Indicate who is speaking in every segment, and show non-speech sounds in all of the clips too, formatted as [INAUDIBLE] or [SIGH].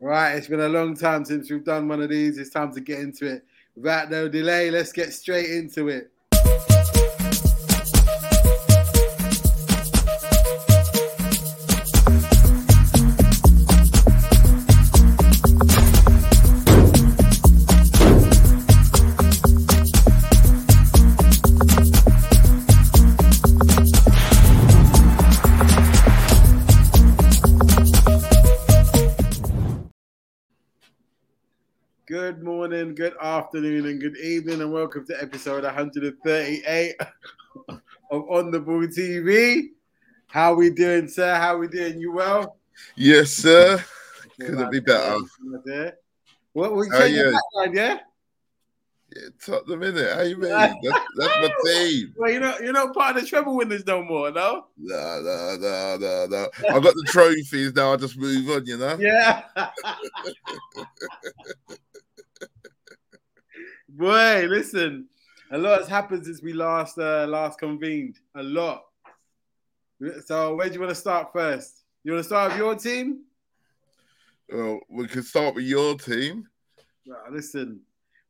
Speaker 1: Right, it's been a long time since we've done one of these. It's time to get into it. Without no delay, let's get straight into it. Good morning, good afternoon, and good evening, and welcome to episode 138 [LAUGHS] of On the Ball TV. How we doing, sir? How we doing? You well?
Speaker 2: Yes, sir. Couldn't be better.
Speaker 1: What we
Speaker 2: How
Speaker 1: change
Speaker 2: you?
Speaker 1: the background, yeah?
Speaker 2: Yeah, Tottenham, innit? How you
Speaker 1: [LAUGHS]
Speaker 2: mean? That's, that's my team.
Speaker 1: Well, you're not you're not part of the treble winners no more, no?
Speaker 2: Nah, nah, nah, nah, nah. I've got the trophies now. I just move on, you know?
Speaker 1: Yeah. Boy, listen, a lot has happened since we last uh, last convened. A lot. So where do you want to start first? You want to start with your team?
Speaker 2: Well, we can start with your team.
Speaker 1: Right, listen,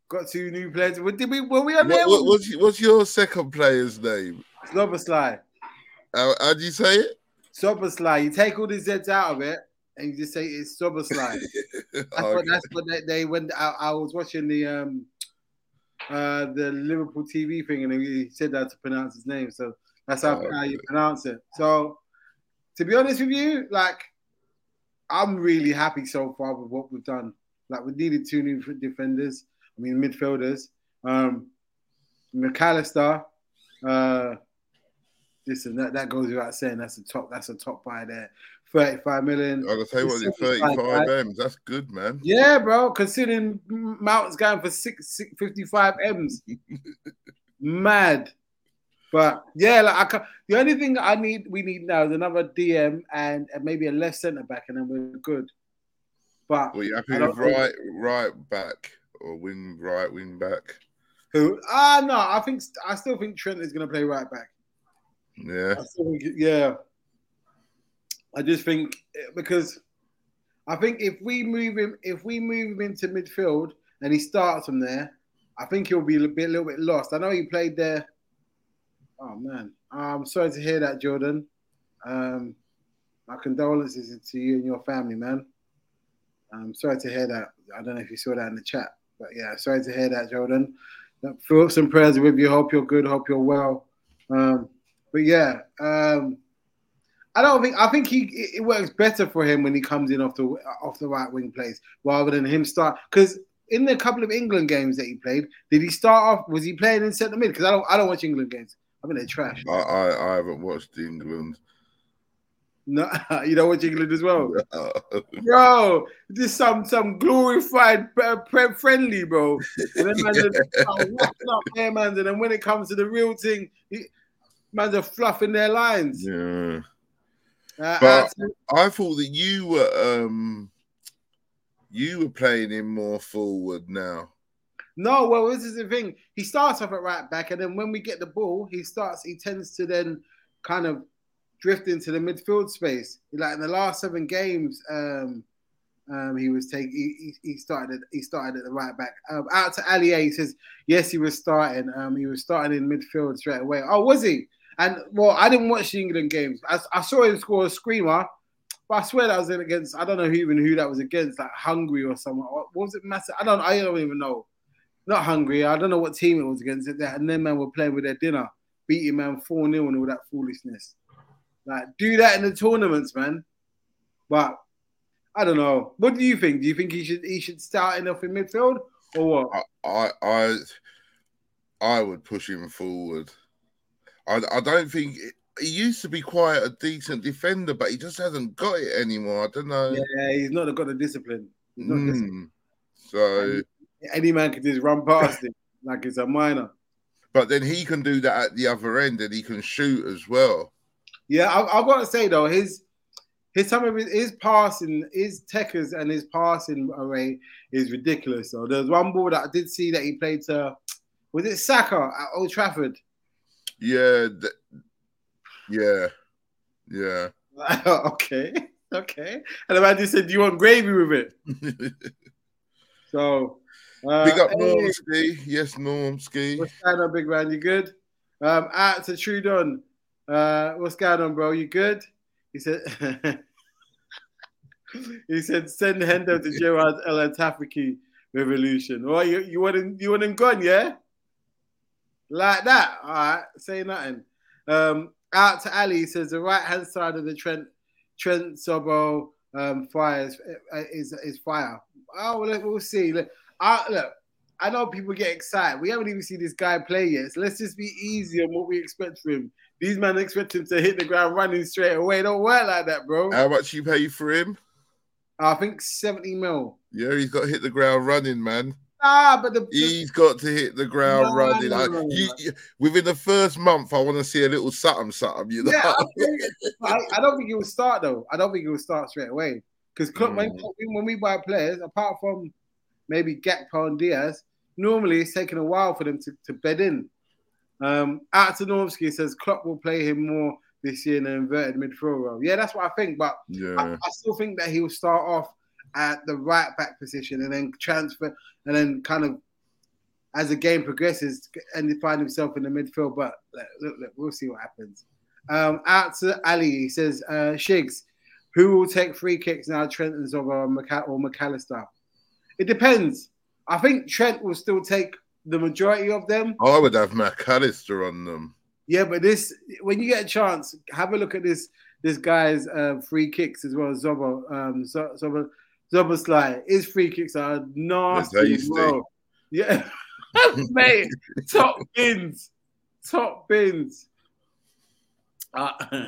Speaker 1: got two new players. What did we? Were we on
Speaker 2: What,
Speaker 1: there?
Speaker 2: what, what's, what's your second player's name?
Speaker 1: Slobosly.
Speaker 2: How, how do you say it? [LAUGHS]
Speaker 1: Slobosly. You take all the Z's out of it, and you just say it's Slobosly.
Speaker 2: Oh,
Speaker 1: That's what, that's what they, they went. I, I was watching the um, uh, the Liverpool TV thing, and he said that to pronounce his name. So that's how,
Speaker 2: Oh,
Speaker 1: how you pronounce it. So to be honest with you, like I'm really happy so far with what we've done. Like we needed two new defenders. I mean midfielders. Um, McAllister. Uh, listen, that, that goes without saying. That's a top. That's a top buy there. Thirty-five million.
Speaker 2: I'll tell you what, it's 35 M's. That's good, man.
Speaker 1: Yeah, bro. Considering Mount's going for six, six 55 M's, mad. But yeah, like I can the only thing I need, we need now is another DM and, and maybe a left centre back, and then we're good. But
Speaker 2: Well, you happy
Speaker 1: I don't
Speaker 2: with
Speaker 1: think-
Speaker 2: right, right back or wing right, wing back?
Speaker 1: who? Ah, no, I think I still think Trent is going to play right back.
Speaker 2: Yeah.
Speaker 1: I still think, yeah, I just think eh, because I think if we move him, if we move him into midfield and he starts from there, I think he'll be a little bit, a little bit lost. I know he played there. Oh man, I'm sorry to hear that, Jordan. Um, my condolences to you and your family, man. I'm sorry to hear that. I don't know if you saw that in the chat, but yeah, sorry to hear that, Jordan. Thoughts and prayers with you. Hope you're good. Hope you're well. Um, but yeah, um, I don't think I think he it- it works better for him when he comes in off the off the right wing plays rather than him start because in the couple of England games that he played, did he start off? Was he playing in centre mid? Because I don't I don't watch England games. I think they're trash.
Speaker 2: I, I, I haven't watched England. [LAUGHS]
Speaker 1: [LAUGHS] No, you don't watch England as well. Yo, this some some glorified uh, pre- friendly, bro. And then man
Speaker 2: [LAUGHS]
Speaker 1: just uh, whacking up there, man. And then when it comes to the real thing, he, man's are fluffing their lines.
Speaker 2: yeah.
Speaker 1: Uh,
Speaker 2: But-
Speaker 1: and-
Speaker 2: I thought that you were um you were playing him more forward now.
Speaker 1: no, well, this is the thing. He starts off at right back, and then when we get the ball, he starts. He tends to then kind of drift into the midfield space. Like in the last seven games, um, um, he was taking. He, he, he started. At, he started at the right back. Um, out to Allier, he says yes, he was starting. Um, he was starting in midfield straight away. Oh, was he? And well, I didn't watch the England games. I, I saw him score a screamer, but I swear that was in against. I don't know who even who that was against, like Hungary or someone. What was it? Massive. I don't. I don't even know. Not Hungary. I don't know what team it was against. That and then man were playing with their dinner, beating man four 0 and all that foolishness. Like do that in the tournaments, man. But I don't know. What do you think? Do you think he should he should start enough in midfield or what?
Speaker 2: I I I, I would push him forward. I I don't think he used to be quite a decent defender, but he just hasn't got it anymore. I don't know.
Speaker 1: Yeah, he's not got the discipline. He's not disciplined.
Speaker 2: Mm. So,
Speaker 1: Any man could just run past him like it's a minor.
Speaker 2: but then he can do that at the other end, and he can shoot as well.
Speaker 1: Yeah, I, I've got to say though, his his some of his, his passing, his techers and his passing array is ridiculous. Though there's one ball that I did see that he played to, was it Saka at Old Trafford? [LAUGHS]
Speaker 2: Yeah, [LAUGHS] th- yeah, yeah.
Speaker 1: okay, okay. And the man just said, "Do you want gravy with it?" So, uh,
Speaker 2: Big up
Speaker 1: hey,
Speaker 2: Normski. Yes, Normski.
Speaker 1: What's going on, big man? You good? Um, out to Trudon. Uh, what's going on, bro? You good? He said. [LAUGHS] he said, "Send Hendo to Gerard El Tafiki Revolution." Well, you you want him? You want him gone? Yeah. Like that. All right. Say nothing. Um, out to Ali he says the right hand side of the Trent Trent Sobo um, fire is, is is fire. Oh, well, we'll see. Look, I, look, I know people get excited. We haven't even seen this guy play yet, so let's just be easy on what we expect from him. These men expect him to hit the ground running straight away. Don't work like that, bro.
Speaker 2: How much you pay for him?
Speaker 1: I think seventy mil.
Speaker 2: Yeah, he's got to hit the ground running, man.
Speaker 1: Ah, but the, the
Speaker 2: He's got to hit the ground
Speaker 1: No,
Speaker 2: running.
Speaker 1: no,
Speaker 2: I-
Speaker 1: no,
Speaker 2: you-
Speaker 1: no.
Speaker 2: you- within the first month, I want to see a little something, something. You know,
Speaker 1: yeah,
Speaker 2: [LAUGHS]
Speaker 1: I, think- I, I don't think he will start though. I don't think he will start straight away because when, when we buy players, apart from maybe Gakpo and Diaz, normally it's taking a while for them to, to bed in. Um, Atanovsky says Klopp will play him more this year in an inverted midfield role. Yeah, that's what I think, but I,
Speaker 2: yeah.
Speaker 1: I still think that he will start off at the right back position and then transfer and then kind of as the game progresses and find himself in the midfield. But look, look, look, we'll see what happens. Um, out to Ali, he says, uh, Shigs, who will take free kicks now, Trent and Zoba or, Maca- or McAllister? It depends. I think Trent will still take the majority of them.
Speaker 2: I would have McAllister
Speaker 1: [LAUGHS]
Speaker 2: on them.
Speaker 1: Yeah, but this when you get a chance, have a look at this this guy's uh, free kicks as well. Zobo, um, Zo- Zobo, Zoboslai. His free kicks are nasty as
Speaker 2: tasty.
Speaker 1: well. Yeah, [LAUGHS] mate, top bins, top bins. Uh, [LAUGHS]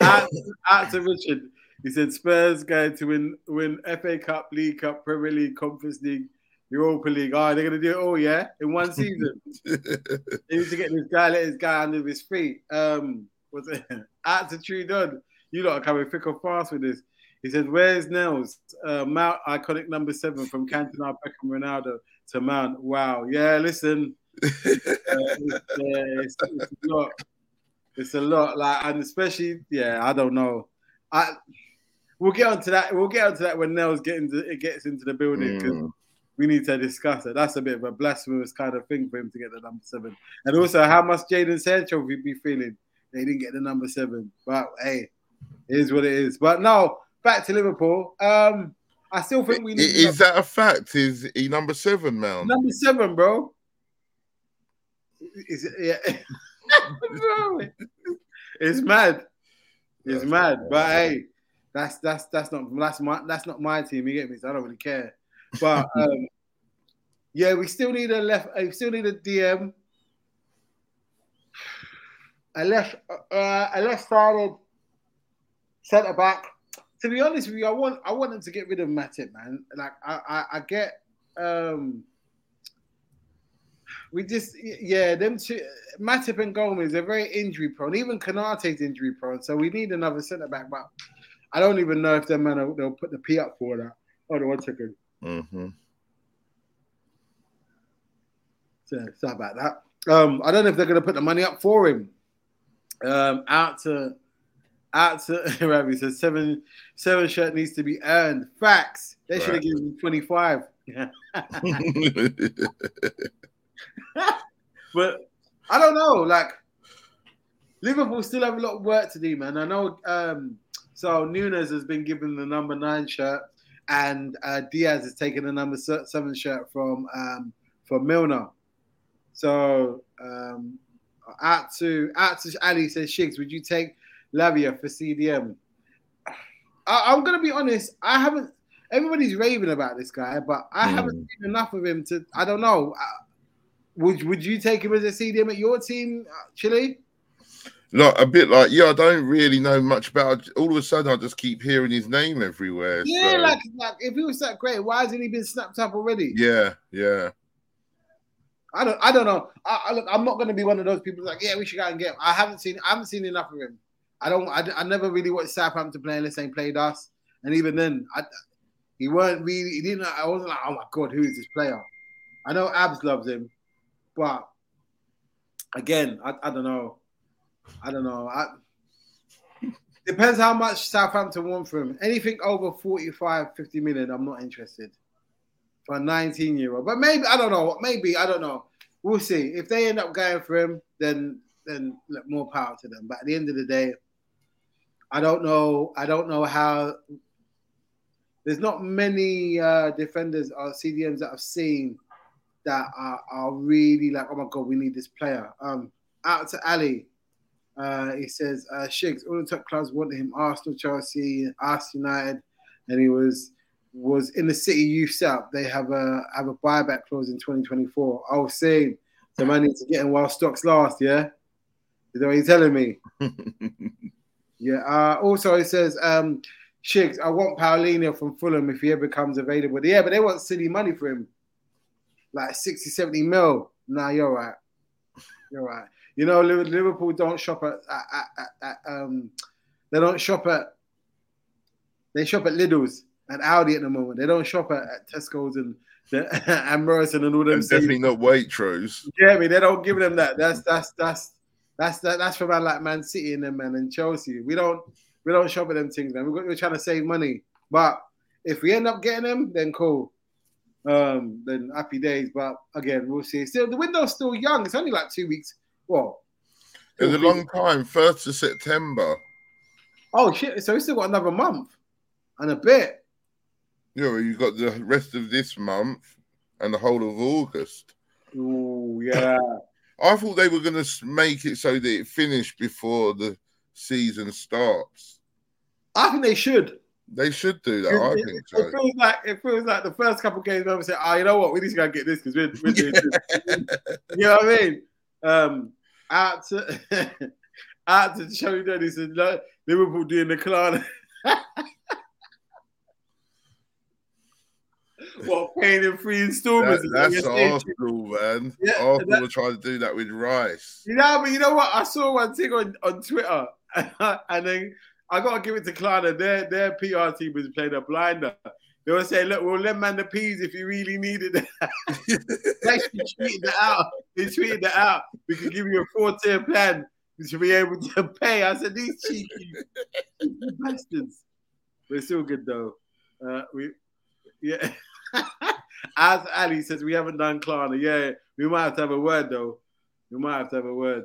Speaker 1: out, out to Richard. He said Spurs going to win win FA Cup, League Cup, Premier League, Conference League, Europa League. Oh, they're gonna do it all, yeah, in one season. He used to get this guy, let this guy under his feet. Um, was it [LAUGHS] out to Trudon? You lot are coming thick or fast with this. He said, "Where's Nels? Uh, Mount iconic number seven from Cantona, Beckham, Ronaldo to Mount. Wow, yeah. Listen, uh, it's, uh, it's, it's a lot. It's a lot. Like, and especially, yeah. I don't know. I we'll get onto that. We'll get onto that when Nels get into, it gets into the building 'cause
Speaker 2: Mm.
Speaker 1: we need to discuss it. That's a bit of a blasphemous kind of thing for him to get the number seven. And also, how much Jaden Sancho would be feeling they didn't get the number seven. But hey, it is what it is. But no, back to Liverpool. Um, I still think we
Speaker 2: Mm. I-
Speaker 1: need
Speaker 2: Is that a fact? Is he number seven, Mount?
Speaker 1: number seven, bro. Is it, yeah. Bro, it's mad. It's
Speaker 2: That's
Speaker 1: mad. But
Speaker 2: not bad.
Speaker 1: hey, that's that's that's not that's my that's not my team. You get me? So I don't really care. But um, yeah, we still need a left. uh, We still need a DM. A left, uh, a left-sided centre back. To be honest with you, I want I want them to get rid of Matip, man. Like I, I, I get um we just yeah, them two Matip and Gomez are very injury prone. Even Canate's injury prone, so we need another centre back. But I don't even know if them man will- they'll put the P up for that. Hold on one second.
Speaker 2: hmm
Speaker 1: So, sorry about that. Um, I don't know if they're gonna put the money up for him. Um, out to out to [LAUGHS] Ravi says seven seven shirt needs to be earned. Facts. They should have
Speaker 2: Right.
Speaker 1: given him twenty five. But I don't know. Like Liverpool still have a lot of work to do, man. I know. Um, so Nunes has been given the number nine shirt, and uh, Diaz has taken the number se- seven shirt from um, from Milner. So um, out to out to Ali says, Shigs, would you take Lavia for CDM? I, I'm gonna be honest. I haven't. Everybody's raving about this guy, but I
Speaker 2: Hmm.
Speaker 1: haven't seen enough of him to. I don't know. I, would Would you take him as a CDM at your team, uh, Chile?
Speaker 2: [LAUGHS] like a bit like yeah, I don't really know much about. All of a sudden, I just keep hearing his name everywhere.
Speaker 1: Yeah,
Speaker 2: so-
Speaker 1: like like if he was that great, why hasn't he been snapped up already?
Speaker 2: yeah, yeah.
Speaker 1: I don't I don't know. I, I look, I'm not going to be one of those people that's like yeah, we should go and get him. I haven't seen I haven't seen enough of him. I don't I, I never really watched Southampton play unless they played us, and even then I he weren't really he didn't I wasn't like oh my god who is this player? I know Abs loves him, but again I, I don't know I don't know I. Depends how much Southampton want for him. Anything over 45, 50 million, I'm not interested. For a 19 year old. But maybe, I don't know. Maybe, I don't know. We'll see. If they end up going for him, then then look, more power to them. But at the end of the day, I don't know. I don't know how. There's not many uh, defenders or CDMs that I've seen that are, are really like, oh my god, we need this player. Um, out to Ali. Uh, he says, uh, Shiggs, all the top clubs wanted him: Arsenal, Chelsea, Arsenal United, and he was was in the City youth setup. They have a have a buyback clause in 2024. I was saying, so man needs to get in while stocks last. Yeah, is that what you're telling me? Yeah. Uh, also, it says, um, Shiggs, I want Paulinho from Fulham if he ever comes available. Yeah, but they want silly money for him. Like 60, 70 mil. Nah, you're right. You're right. You know, Liv- Liverpool don't shop at, at, at, at um, they don't shop at, they shop at Lidl's and Audi at the moment. They don't shop at, at Tesco's and, [LAUGHS] and Morrison and all them.
Speaker 2: And definitely not Waitrose.
Speaker 1: Yeah, I mean, they don't give them that. That's that's that's that's that, that's for man like Man City and them man and Chelsea. We don't we don't shop at them things, man. We're, we're trying to save money, but if we end up getting them, then cool. Um, then happy days. But again, we'll see. Still, the window's still young. It's only like two weeks. Well,
Speaker 2: It was a
Speaker 1: two
Speaker 2: long
Speaker 1: weeks.
Speaker 2: time, first of September.
Speaker 1: Oh shit! So we still got another month and a bit.
Speaker 2: You know, you've got the rest of this month and the whole of August.
Speaker 1: Ooh, yeah.
Speaker 2: I thought they were going to make it so that it finished before the season starts.
Speaker 1: I think they should.
Speaker 2: They should do that. I
Speaker 1: It, it-
Speaker 2: think
Speaker 1: it
Speaker 2: so.
Speaker 1: feels like it feels like the first couple games. I say, oh, you know what? We need to go and get this because we're, we're doing this. You know what I mean? Um, out to [LAUGHS] out to show you that this is like uh, Liverpool doing the clan. [LAUGHS] well, paying in free installments.
Speaker 2: That- that's
Speaker 1: It's like a stage
Speaker 2: Arsenal, man.
Speaker 1: Yeah,
Speaker 2: Arsenal
Speaker 1: that-
Speaker 2: were trying to do that with Rice.
Speaker 1: You know, but you know what? I saw one thing on, on Twitter, [LAUGHS] and then I gotta give it to Kleiner. Their their PR team was playing a blinder. They were saying, "Look, we'll lend man the peas if you really needed it." [LAUGHS] they actually tweeted that out. They tweeted that out. We could give you a four-tier plan to be able to pay. I said, "These cheeky [LAUGHS] bastards." We're still good though. Uh, we, yeah. [LAUGHS] As Ali says, we haven't done Klarna. Yeah, we might have to have a word though. We might have to have a word.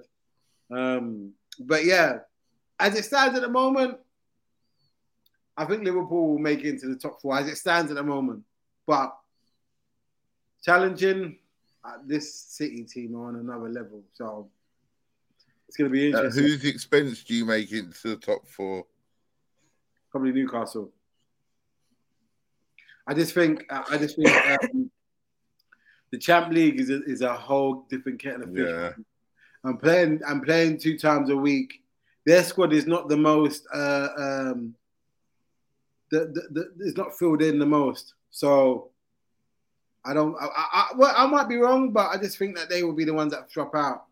Speaker 1: Um, but yeah, as it stands at the moment, I think Liverpool will make it into the top four as it stands at the moment. But challenging uh, this City team are on another level, so it's going to be
Speaker 2: At
Speaker 1: interesting.
Speaker 2: whose expense do you make it to the top four?
Speaker 1: Probably Newcastle. I just think uh, I just think um, the Champ League is a, is a whole different kettle of fish.
Speaker 2: Yeah.
Speaker 1: I'm playing. I'm playing two times a week. Their squad is not the most. Uh, um, the, the, the it's not filled in the most. So I don't. I, I, I, well, I might be wrong, but I just think that they will be the ones that drop out.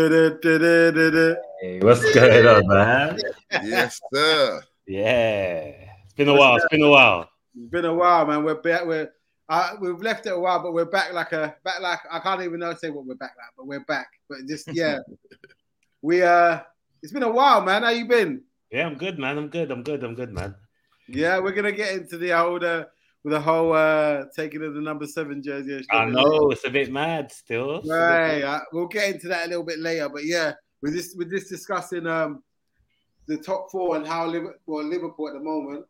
Speaker 1: Du-du-du-du-du-du.
Speaker 3: Hey, what's going on, man?
Speaker 1: [LAUGHS]
Speaker 2: Yes, sir.
Speaker 3: Yeah. It's been a while. It's been a while.
Speaker 1: It's been a while, man. We're back. We're uh, we've left it a while, but we're back like a back like I can't even know say what we're back like, but we're back. But
Speaker 3: [LAUGHS]
Speaker 1: just yeah, we uh, it's been a while, man. How you been?
Speaker 3: Yeah, I'm good, man. I'm good. I'm good. I'm good, man.
Speaker 1: Yeah, we're gonna get into the older with the whole uh taking of the number seven jersey. and stuff.
Speaker 3: I know it's a bit mad still.
Speaker 1: Right, uh, we'll get into that a little bit later, but yeah, we're just we're just discussing um the top four and how Liverpool, well, Liverpool at the moment.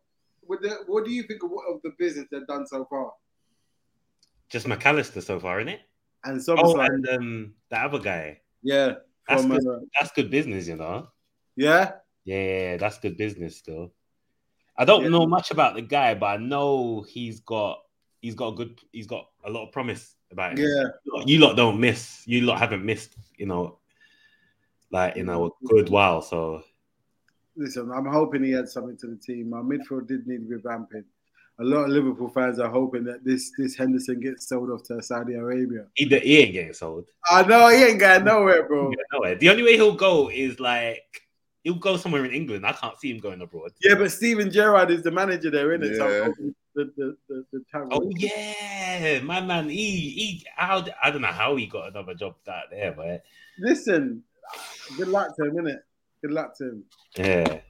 Speaker 1: With the, what do you think of, of the business they've done so far?
Speaker 3: Just McAllister so far, isn't it?
Speaker 1: And some
Speaker 3: Oh,
Speaker 1: side-
Speaker 3: and um, the other guy.
Speaker 1: yeah,
Speaker 3: That's
Speaker 1: from, uh,
Speaker 3: good. That's good business, you know.
Speaker 1: yeah,
Speaker 3: Yeah, that's good business still. I don't
Speaker 1: Yeah.
Speaker 3: know much about the guy, but I know he's got he's got a good he's got a lot of promise about him.
Speaker 1: yeah,
Speaker 3: You lot- You lot don't miss. You lot haven't missed, you know, like you know, a good while. So
Speaker 1: Listen, I'm hoping he adds something to the team. Our midfield did need revamping. A lot of Liverpool fans are hoping that this this Henderson gets sold off to Saudi Arabia.
Speaker 3: he, he ain't getting sold.
Speaker 1: I know he ain't going nowhere, bro.
Speaker 3: [LAUGHS] He ain't going nowhere. The only way he'll go is like he'll go somewhere in England. I can't see him going abroad.
Speaker 1: Yeah, but Steven Gerrard is the manager there, isn't it? So
Speaker 2: Yeah.
Speaker 1: I'm hoping the the the, the talent-
Speaker 3: Oh yeah, my man. He he. How, I don't know how he got another job out there, but
Speaker 1: Listen, good luck to him, innit? Good luck to him.
Speaker 3: Yeah.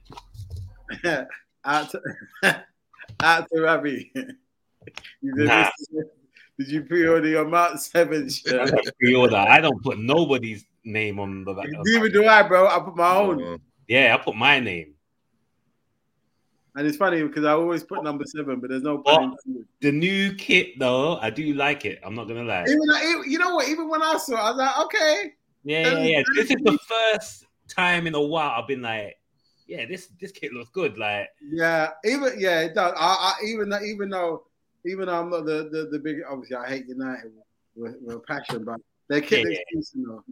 Speaker 1: out to, [LAUGHS] out to Ravi. [LAUGHS] You did,
Speaker 3: Nah.
Speaker 1: this- did you pre-order your Mount Seven
Speaker 3: [LAUGHS]
Speaker 1: shirt?
Speaker 3: That's a pre-order. I don't put nobody's name on the.
Speaker 1: Neither do I, bro. I put my own,
Speaker 2: Oh,
Speaker 3: Yeah, I put my name.
Speaker 1: and it's funny because I always put number seven, but there's no point. in-
Speaker 3: The new kit though, I do like it. I'm not gonna lie.
Speaker 1: Even I- you know what? Even when I saw, it, I was like, okay,
Speaker 3: Yeah, yeah, yeah. This is the first time in a while I've been like, yeah, this this kit looks good. Like,
Speaker 1: yeah, even yeah, it does. I, I even though- even though even though I'm not the the, the big, obviously I hate United with, with passion, but they kept
Speaker 3: Yeah,
Speaker 1: yeah,
Speaker 3: yeah.
Speaker 1: excuse though.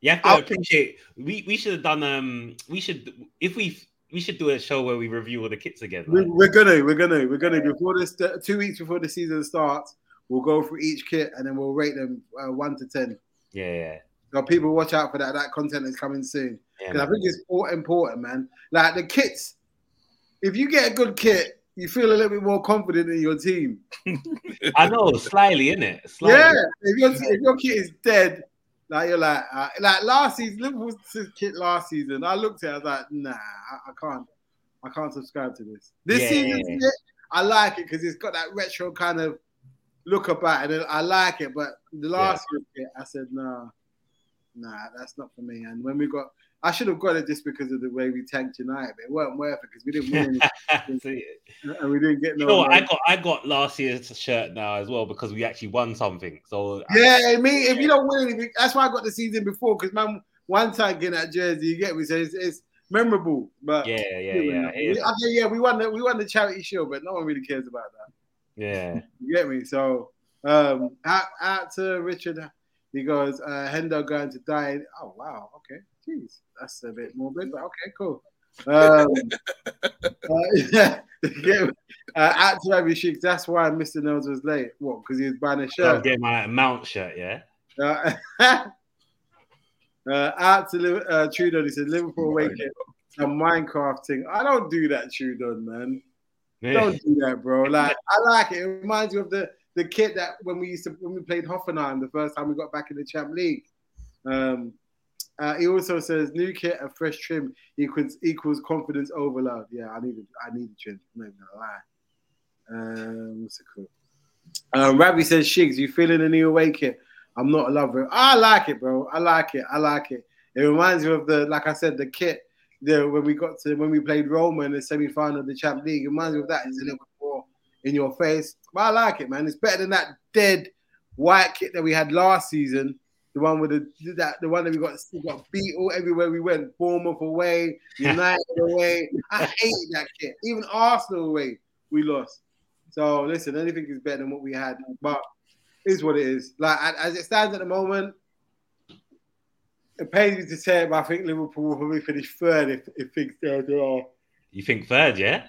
Speaker 3: you have to
Speaker 1: I'll-
Speaker 3: appreciate. We we should have done. Um, we should if we we should do a show where we review all the kits again.
Speaker 1: We-
Speaker 3: like.
Speaker 1: We're gonna, we're gonna, we're gonna before this two weeks before the season starts. We'll go through each kit and then we'll rate them uh, one to ten.
Speaker 3: yeah, yeah.
Speaker 1: So people watch out for that. That content is coming soon.
Speaker 3: yeah
Speaker 1: 'Cause I
Speaker 3: man.
Speaker 1: think it's all important, man. Like the kits, if you get a good kit, you feel a little bit more confident in your team.
Speaker 3: I know, slyly, isn't it? Slyly.
Speaker 1: Yeah, if your, if your kit is dead, like you're like uh, like last season, Liverpool's kit last season. I looked at, it, I was like, nah, I, I can't, I can't subscribe to this. This
Speaker 3: Yeah.
Speaker 1: season's kit, I like it because it's got that retro kind of look about it. I like it, but the last year's kit, I said, nah, nah, that's not for me. And when we got, I should have got it just because of the way we tanked United, but it wasn't worth it because we didn't
Speaker 3: [LAUGHS]
Speaker 1: win
Speaker 3: [LAUGHS] So, you
Speaker 1: and we didn't get no.
Speaker 3: know, what? I
Speaker 1: money.
Speaker 3: got I got last year's shirt now as well because we actually won something. So uh, I-
Speaker 1: Yeah, I mean, if you don't win anything, that's why I got the season before. Because man, one time getting that jersey, you get me, so it's, it's memorable. But
Speaker 3: yeah, yeah, yeah,
Speaker 1: We-
Speaker 3: yeah.
Speaker 1: okay, yeah, we won the we won the charity shield, but no one really cares about that.
Speaker 3: yeah.
Speaker 1: You get me? So um, out, out to Richard, he goes, uh, Hendo going to die. Oh wow, okay, jeez, that's a bit morbid, but okay, cool. Um, uh, [LAUGHS] yeah, you get me? uh, out to every Sheik. That's why Mr. Nels was late. What? Because he was buying a
Speaker 3: I
Speaker 1: shirt.
Speaker 3: was getting my Mount shirt. Yeah.
Speaker 1: Uh, [LAUGHS] uh, out to Liv- uh, Trudon, he said Liverpool away kit and Minecraft thing. I don't do that, Trudon, man.
Speaker 3: Yeah.
Speaker 1: Don't do that, bro. Like I like it. It reminds you of the the kit that when we used to when we played Hoffenheim the first time we got back in the Champ League. Um, uh, he also says new kit and fresh trim equals equals confidence overload. Yeah, I need a, I need a trim. I'm not gonna lie. Um, what's it called? Um, Ravi says, Shigs, you feeling the new away kit? I'm not a lover. I like it, bro. I like it. I like it. It reminds me of the, like I said, the kit the when we got to when we played Roma in the semi final of the Champions League. It reminds me of that. It's a little bit more in your face. But I like it, man. It's better than that dead white kit that we had last season. The one with the that the one that we got we got beat all everywhere we went. Bournemouth away, United away. I hated that kit. Even Arsenal away, we lost. So listen, anything is better than what we had, but it is what it is. Like a- as it stands at the moment, it pains me to say it, but I think Liverpool will probably finish third if, if things go to all.
Speaker 3: [LAUGHS] You think third? Yeah.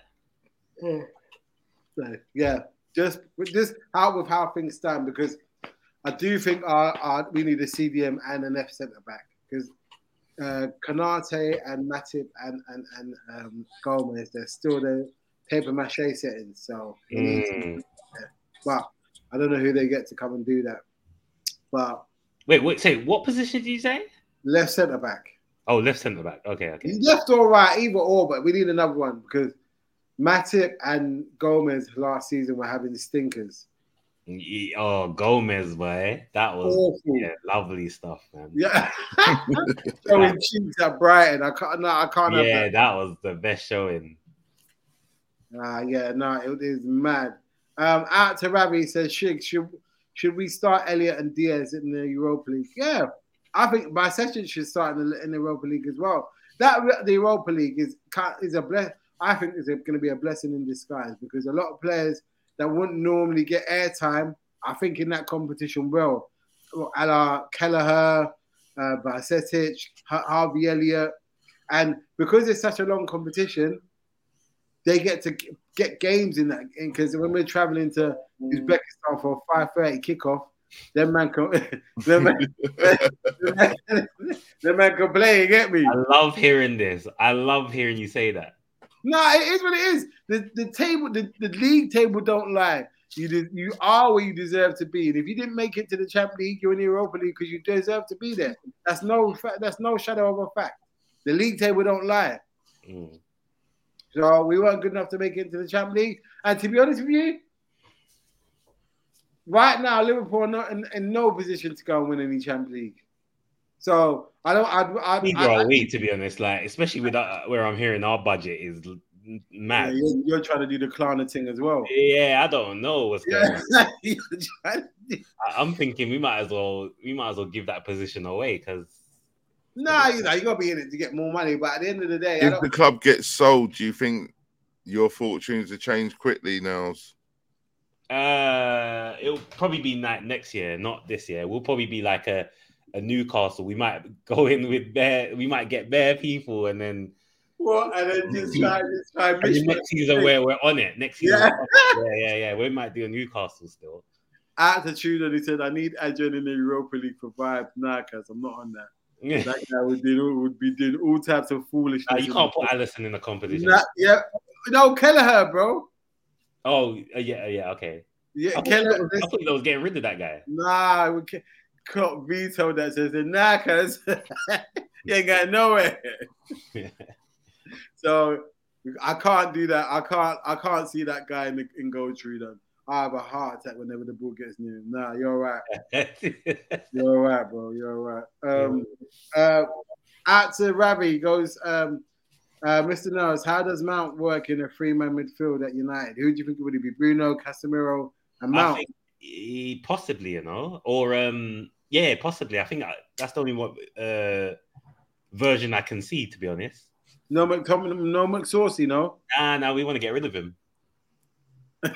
Speaker 1: So, yeah, just with just out with how things stand because I do think our, our we need a CDM and an F centre back because uh, Kanate and Matip and and and um, Gomez they're still the paper mache settings. So we need to-
Speaker 3: Mm.
Speaker 1: but I don't know who they get to come and do that. But
Speaker 3: Wait, wait. Say what position do you say?
Speaker 1: left centre back.
Speaker 3: Oh, left centre back. Okay, okay.
Speaker 1: He's left or right, either or, but we need another one because Matip and Gomez last season were having stinkers.
Speaker 3: Ye- Oh, Gomez, boy, that was
Speaker 1: Awful.
Speaker 3: yeah, lovely stuff, man. Yeah,
Speaker 1: Yeah. Showing cheeks at Brighton. I can't, no, I can't have that.
Speaker 3: that was the best showing.
Speaker 1: Ah, yeah, no, it is mad. Um, out to Ravi says, Shig, should, should we start Elliot and Diaz in the Europa League? Yeah, I think my session should start in the, in the Europa League as well. That the Europa League is ca- is a bless. I think is going to be a blessing in disguise because a lot of players that wouldn't normally get airtime, I think in that competition will. A la Kelleher, uh, Barsetic, Ha- Harvey Elliott, and because it's such a long competition, they get to g- get games in that. Because when we're traveling to Uzbekistan for a five thirty kickoff, them man can [LAUGHS] them man the man can play, you get me?
Speaker 3: [LAUGHS] I love hearing this. I love hearing you say that.
Speaker 1: No, it is what it is. The the table, the, the league table don't lie. You de- you are where you deserve to be, and if you didn't make it to the Champions League, you're in the Europa League because you deserve to be there. That's no fa- that's no shadow of a fact. The The league table don't lie.
Speaker 3: Mm.
Speaker 1: So we weren't good enough to make it into the Champions League. And to be honest with you, right now Liverpool are not in, in no position to go and win any Champions League. So I don't. I'd, I'd,
Speaker 3: Neither
Speaker 1: I'd-
Speaker 3: are we, to be honest. Like, especially with uh, where I'm hearing our budget is l- n-
Speaker 1: Yeah,
Speaker 3: mad. Yeah,
Speaker 1: you're, you're trying to do the Klarna thing as well.
Speaker 3: I don't know what's going
Speaker 1: Yeah.
Speaker 3: on.
Speaker 1: [LAUGHS] You're trying to do-
Speaker 3: I- I'm thinking we might as well we might as well give that position away because
Speaker 1: nah, you know you gotta be in it to get more money. But at the end of the day, I
Speaker 2: If
Speaker 1: don't,
Speaker 2: the club gets sold, do you think your fortunes will change quickly, Niles?
Speaker 3: uh, it'll probably be like next year, not this year. We'll probably be like a a Newcastle. We might go in with bare we might get bare people and then
Speaker 1: well, and then just try, just try and
Speaker 3: and then
Speaker 1: miss-
Speaker 3: next season where we're on it. Next season,
Speaker 1: Yeah. [LAUGHS]
Speaker 3: yeah, yeah, yeah, We might do a Newcastle still. [LAUGHS]
Speaker 1: attitude and he said, I need Adrian in the Europa League for five. Nah, cuz I'm not on that.
Speaker 3: Yeah.
Speaker 1: That guy would, do, would be doing all types of foolishness.
Speaker 3: Like, you can't put Allison in the competition.
Speaker 1: Nah, yeah. No, Kelleher, bro.
Speaker 3: Oh uh, yeah, yeah, okay. I
Speaker 1: Yeah,
Speaker 3: thought,
Speaker 1: Kelleher.
Speaker 3: I thought they was getting rid of that guy. [LAUGHS]
Speaker 1: Nah, we can't. Klopp vetoed that says, nah, cuz [LAUGHS] you ain't got nowhere. so I can't do that. I can't I can't see that guy in, the, in goal through them. I have a heart attack whenever the ball gets near him. Nah, you're right. You're all right, bro. You're all right. Um, uh, out to Ravi goes, um, uh, Mr. Nurse, how does Mount work in a three man midfield at United? Who do you think it would be? Bruno, Casemiro, and
Speaker 3: I
Speaker 1: Mount?
Speaker 3: think he, possibly, you know, or um, yeah, possibly. I think I, that's the only one uh, version I can see, to be honest.
Speaker 1: no, McTomin- no McSaucy, no.
Speaker 3: Nah, nah, we want to get rid of
Speaker 1: [LAUGHS]
Speaker 3: him. we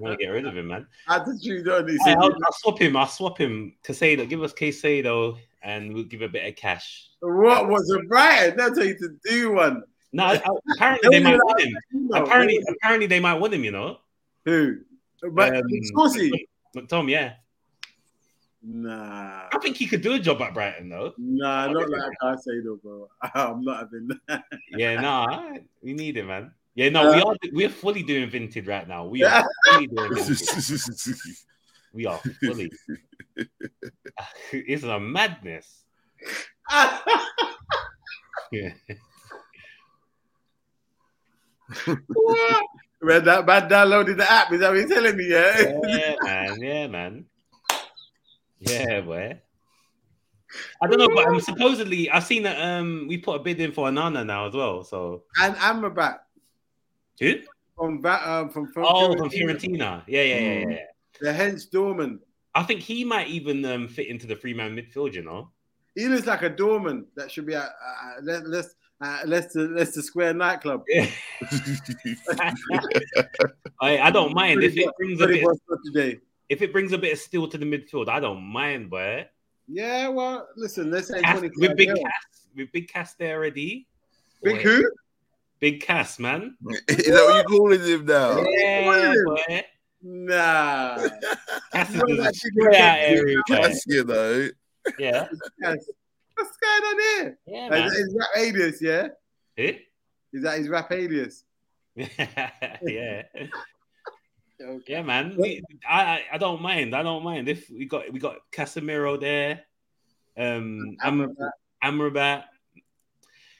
Speaker 3: want to get rid of him, man.
Speaker 1: Attitude on this.
Speaker 3: Hey, I'll, I'll swap him. I'll swap him. Casado, give us Casado, and we'll give a bit of cash.
Speaker 1: What was a Brighton? That's how you to do one.
Speaker 3: No, I- I- apparently they might want him.
Speaker 1: You know,
Speaker 3: Apparently, apparently they might want him. You know,
Speaker 1: who? But
Speaker 3: Um,
Speaker 1: McSaucy?
Speaker 3: McTom. Yeah,
Speaker 1: Nah.
Speaker 3: I think he could do a job at Brighton, though.
Speaker 1: Nah, not like I say though, bro. [LAUGHS] I'm not having that. [LAUGHS]
Speaker 3: Yeah, nah, we need it, man. Yeah, no, we are we're fully doing vintage right now. We are fully
Speaker 2: [LAUGHS]
Speaker 3: doing vintage. We are fully. [LAUGHS] it's a madness. Yeah.
Speaker 1: Man, that man downloaded the app. Is that what you're telling me? Yeah.
Speaker 3: yeah, man. Yeah, man. Yeah, boy. I don't know, but um, supposedly I've seen that um we put a bid in for Anana now as well. So
Speaker 1: And Amrabat
Speaker 3: who?
Speaker 1: from Va- um, from, from
Speaker 3: Oh, from
Speaker 1: Fiorentina, Mm.
Speaker 3: Fiorentina. Yeah, yeah, yeah, yeah.
Speaker 1: the hence Dorman.
Speaker 3: I think he might even um, fit into the three man midfield. You know.
Speaker 1: He looks like a doorman that should be at uh, let, let's uh, let's let's the Square nightclub.
Speaker 3: Yeah. I, I don't mind if it brings a
Speaker 1: Mm, Pretty
Speaker 3: bit
Speaker 1: much for today.
Speaker 3: if it brings a bit of steel to the midfield. I don't mind, but
Speaker 1: Yeah, well, listen, let's say
Speaker 3: Cass,
Speaker 1: 25
Speaker 3: with big
Speaker 1: mil.
Speaker 3: Cass, with big Cass there already.
Speaker 1: big
Speaker 3: Boy,
Speaker 1: who?
Speaker 3: Big Cass, man.
Speaker 2: Is that what you're calling him now?
Speaker 3: Yeah, boy.
Speaker 1: Nah,
Speaker 3: Cass is
Speaker 1: Well,
Speaker 3: just
Speaker 1: that's a
Speaker 3: straight
Speaker 1: good
Speaker 3: out
Speaker 1: big
Speaker 3: area. boy.
Speaker 2: That's you know.
Speaker 3: Yeah,
Speaker 1: Yes. what's going on here?
Speaker 3: yeah,
Speaker 1: Is
Speaker 3: man.
Speaker 1: that his rap alias? Yeah,
Speaker 3: Eh?
Speaker 1: is that his rap alias?
Speaker 3: [LAUGHS] yeah,
Speaker 1: Okay.
Speaker 3: yeah, man. We, I, I- I don't mind. I don't mind if we got we got Casemiro there. Um, Am-
Speaker 1: Amrabat.
Speaker 3: Amrabat.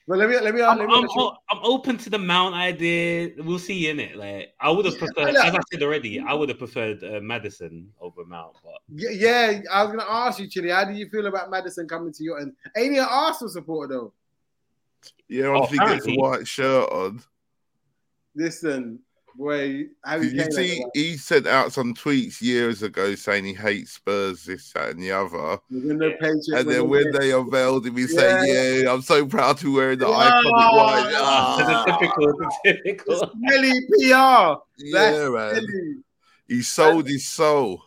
Speaker 1: Well, let me let me
Speaker 3: I'm,
Speaker 1: let
Speaker 3: I'm,
Speaker 1: me
Speaker 3: I'm, open to the mount idea. We'll see in it. Like I would have preferred, as I said already, I would have preferred uh, Madison over Mount. But
Speaker 1: Y- Yeah, I was gonna ask you, Chili. How do you feel about Madison coming to your end? Ain't he an Arsenal supporter though?
Speaker 2: Yeah,
Speaker 3: Oh,
Speaker 2: once he gets a
Speaker 3: apparently.
Speaker 2: white shirt on.
Speaker 1: Listen, boy, Harry
Speaker 2: You
Speaker 1: Kane.
Speaker 2: see, he sent out some tweets years ago saying he hates Spurs, this, that, and the other.
Speaker 1: when the Patriots,
Speaker 2: And then when they unveiled him, he said, Yeah, I'm so proud to wear the
Speaker 1: Yeah.
Speaker 2: iconic white.
Speaker 3: [LAUGHS] the
Speaker 2: Ah,
Speaker 3: typical, the typical.
Speaker 1: Smelly
Speaker 2: [LAUGHS]
Speaker 1: PR,
Speaker 2: yeah, man.
Speaker 1: Smelly.
Speaker 2: He sold his soul.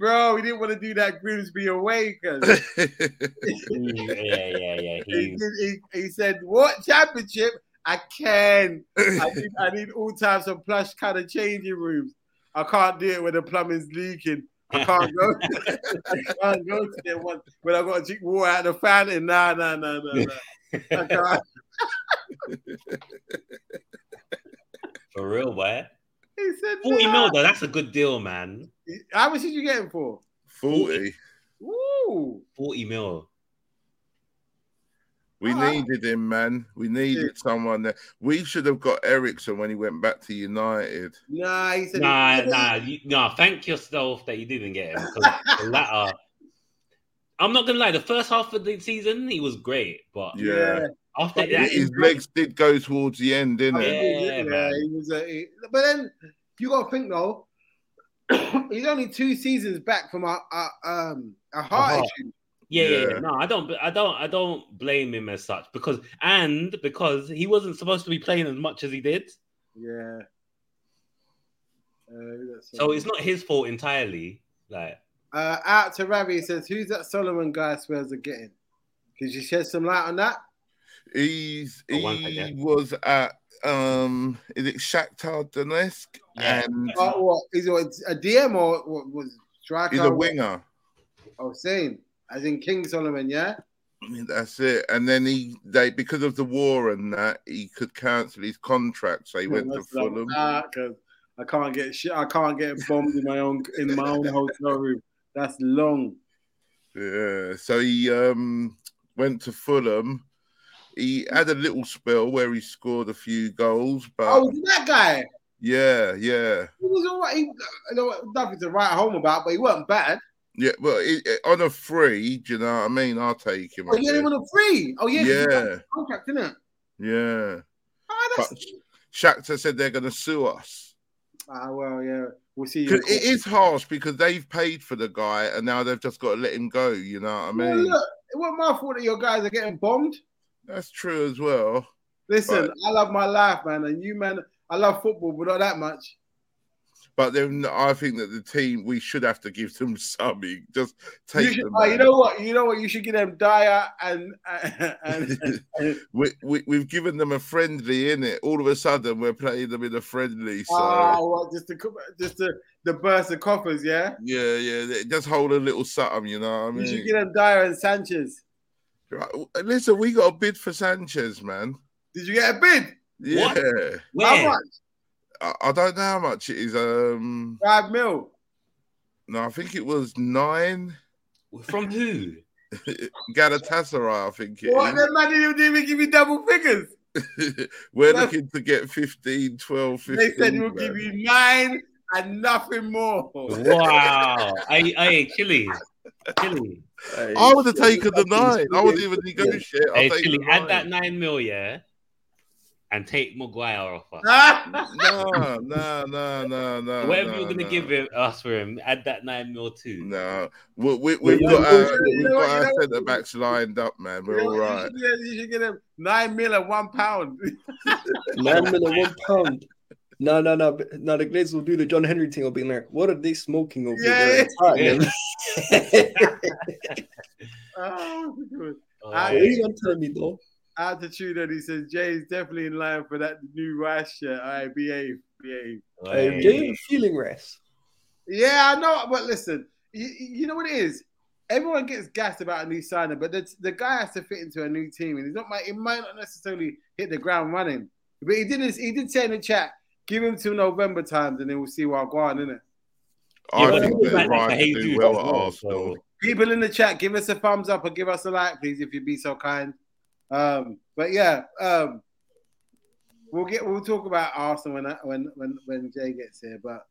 Speaker 1: bro, he didn't want to do that Grimsby away because
Speaker 2: [LAUGHS]
Speaker 3: Mm, [LAUGHS] yeah, yeah, yeah.
Speaker 1: he,
Speaker 3: He's,
Speaker 1: he- he said, "What championship? I can. I need, I need all types of plush kind of changing rooms. I can't do it when the plumbing's leaking." I can't go. [LAUGHS] I can't go to there one when I got to drink water out of the fountain. Nah, nah, nah, nah, nah.
Speaker 3: [LAUGHS]
Speaker 1: I can't.
Speaker 3: for real, boy.
Speaker 1: He said,
Speaker 3: Forty
Speaker 1: nah.
Speaker 3: mil though, that's a good deal, man.
Speaker 1: How much did you get him for?
Speaker 2: 40.
Speaker 1: Ooh.
Speaker 3: Forty mil.
Speaker 2: We
Speaker 1: Ah.
Speaker 2: needed him, man. We needed someone there. We should have got Ericsson when he went back to United.
Speaker 1: Nah, he said
Speaker 3: Nah,
Speaker 1: he-
Speaker 3: nah, you, nah. Thank yourself that you didn't get him because the latter. I'm not gonna lie. The first half of the season, he was great, but
Speaker 2: Yeah.
Speaker 3: after
Speaker 1: Yeah,
Speaker 3: that,
Speaker 2: His legs did go towards the end,
Speaker 1: I
Speaker 2: didn't
Speaker 1: mean,
Speaker 2: it?
Speaker 1: he-
Speaker 3: Oh, Yeah,
Speaker 1: yeah,
Speaker 3: man.
Speaker 1: he was a, he- but then you got to think though. [CLEARS THROAT] he's only two seasons back from a, a um a heart
Speaker 3: heart.
Speaker 1: issue.
Speaker 3: yeah, yeah, yeah,
Speaker 2: Yeah.
Speaker 3: no, I don't, I don't, I don't blame him as such because and because he wasn't supposed to be playing as much as he did,
Speaker 1: Yeah. Uh, that's-
Speaker 3: so it's not his fault entirely. Like,
Speaker 1: Uh, out to Ravi he says, "Who's that Solomon guy? Swears are getting." Could you shed some light on that?
Speaker 2: He's
Speaker 3: Oh, one
Speaker 2: he
Speaker 3: second.
Speaker 2: was at um is it Shakhtar Donetsk
Speaker 3: Yeah.
Speaker 2: and
Speaker 1: Oh, what is it a DM or what was striker?
Speaker 2: he's a winger.
Speaker 1: Oh, same as in King Solomon, yeah.
Speaker 2: That's it. And then he they because of the war and that he could cancel his contract, so he went to
Speaker 1: That's like,
Speaker 2: Fulham.
Speaker 1: "Ah, 'cause I can't get shit. I can't get bombed in my own in my own hotel room. That's long.
Speaker 2: Yeah, so he um went to Fulham. He had a little spell where he scored a few goals, but
Speaker 1: Oh, was it that guy.
Speaker 2: yeah, yeah,
Speaker 1: He was all right. He, I know nothing to write home about, but he wasn't bad.
Speaker 2: yeah. Well, it, it- on a free, do you know what I mean? I'll take him.
Speaker 1: Oh,
Speaker 2: I
Speaker 1: he had him
Speaker 2: guess.
Speaker 1: on a free. Oh yeah, 'cause he got
Speaker 2: yeah,
Speaker 1: a contract, didn't it?
Speaker 2: yeah.
Speaker 1: Oh, that's.
Speaker 2: Shakhtar said they're going to sue us.
Speaker 1: Ah, well, yeah. We'll see.
Speaker 2: 'Cause It is harsh because they've paid for the guy and now they've just got to let him go. You know what I
Speaker 1: Well,
Speaker 2: mean?
Speaker 1: look, it wasn't my fault that your guys are getting bombed.
Speaker 2: That's true as well.
Speaker 1: Listen, I love my life, man, and you, man, I love football, but not that much.
Speaker 2: But then I think that the team we should have to give them [LAUGHS] something. Just take
Speaker 1: You, should,
Speaker 2: them.
Speaker 1: oh, you
Speaker 2: out.
Speaker 1: know
Speaker 2: [LAUGHS]
Speaker 1: what? You know what? You should give them Dyer and [LAUGHS] and, and
Speaker 2: we, we, we've given them a friendly in it. All of a sudden, we're playing them in a friendly. [LAUGHS] So
Speaker 1: oh, well, just the just the, the burst of coffers, yeah.
Speaker 2: yeah, yeah, they- just hold a little something. You know what I
Speaker 1: You should
Speaker 2: mean?
Speaker 1: give them Dyer and Sanchez.
Speaker 2: Right, Listen, we got a bid for Sanchez, man.
Speaker 1: Did you get a bid?
Speaker 2: Yeah,
Speaker 3: What?
Speaker 1: How
Speaker 3: where?
Speaker 1: much?
Speaker 2: I, I don't know how much it is. Um,
Speaker 1: Five mil.
Speaker 2: no, I think it was nine.
Speaker 3: From who?
Speaker 2: Galatasaray, I think it
Speaker 1: What?
Speaker 2: is.
Speaker 1: That man didn't even give you double figures.
Speaker 2: [LAUGHS] We're
Speaker 1: That's-
Speaker 2: looking to get 15, 12, 15.
Speaker 1: They said we'll
Speaker 2: man.
Speaker 1: give you nine and nothing more.
Speaker 3: Wow. Hey, hey, Chile. Chile.
Speaker 2: I would have taken the nine. I wouldn't even negotiate.
Speaker 3: Hey,
Speaker 2: I'll take
Speaker 3: Chile,
Speaker 2: the
Speaker 3: add
Speaker 2: nine.
Speaker 3: that nine mil, yeah? And take Maguire off us.
Speaker 2: No, no, no, no, no.
Speaker 3: Whatever
Speaker 2: no,
Speaker 3: you're gonna
Speaker 2: no.
Speaker 3: give him, us for him, add that nine mil too.
Speaker 2: No, we, we,
Speaker 1: Well,
Speaker 2: we've
Speaker 1: you
Speaker 2: got
Speaker 1: know what,
Speaker 2: our,
Speaker 1: you
Speaker 2: we've
Speaker 1: know what,
Speaker 2: got
Speaker 1: you know
Speaker 2: our
Speaker 1: what?
Speaker 2: centre backs lined up, man.
Speaker 1: [LAUGHS]
Speaker 2: We're
Speaker 1: You know
Speaker 2: all
Speaker 1: what?
Speaker 2: right.
Speaker 1: You should, get- you should get him nine mil and one pound. [LAUGHS]
Speaker 4: Nine minute, one pound. No, no, no, but- no. The Glades will do the John Henry thing. Will be like, what are they smoking over
Speaker 1: Yeah,
Speaker 4: there? Yeah.
Speaker 1: oh, good.
Speaker 4: [LAUGHS] what are
Speaker 3: Oh,
Speaker 4: you gonna tell me though?
Speaker 1: Attitude, and he says Jay is definitely in line for that new rice shirt. I behave, behave.
Speaker 4: Hey.
Speaker 3: hey.
Speaker 4: Jay, feeling rest.
Speaker 1: Yeah, I know, but listen, you, you know what it is. Everyone gets gassed about a new signing, but the, the guy has to fit into a new team, and he's not. might- He might not necessarily hit the ground running, but he did. his- He did say in the chat, "Give him till November times, and then we'll see what go on." Innit?
Speaker 3: Yeah,
Speaker 2: I
Speaker 3: but
Speaker 2: think
Speaker 3: people
Speaker 2: that
Speaker 3: like that for
Speaker 2: Ryan do
Speaker 3: Jesus
Speaker 2: well
Speaker 3: as
Speaker 2: at
Speaker 3: well,
Speaker 2: Arsenal.
Speaker 3: so-
Speaker 1: People in the chat, give us a thumbs up or give us a like, please, if you'd be so kind. Um, but yeah, um, we'll get we'll talk about Arsenal when I, when when when Jay gets here. But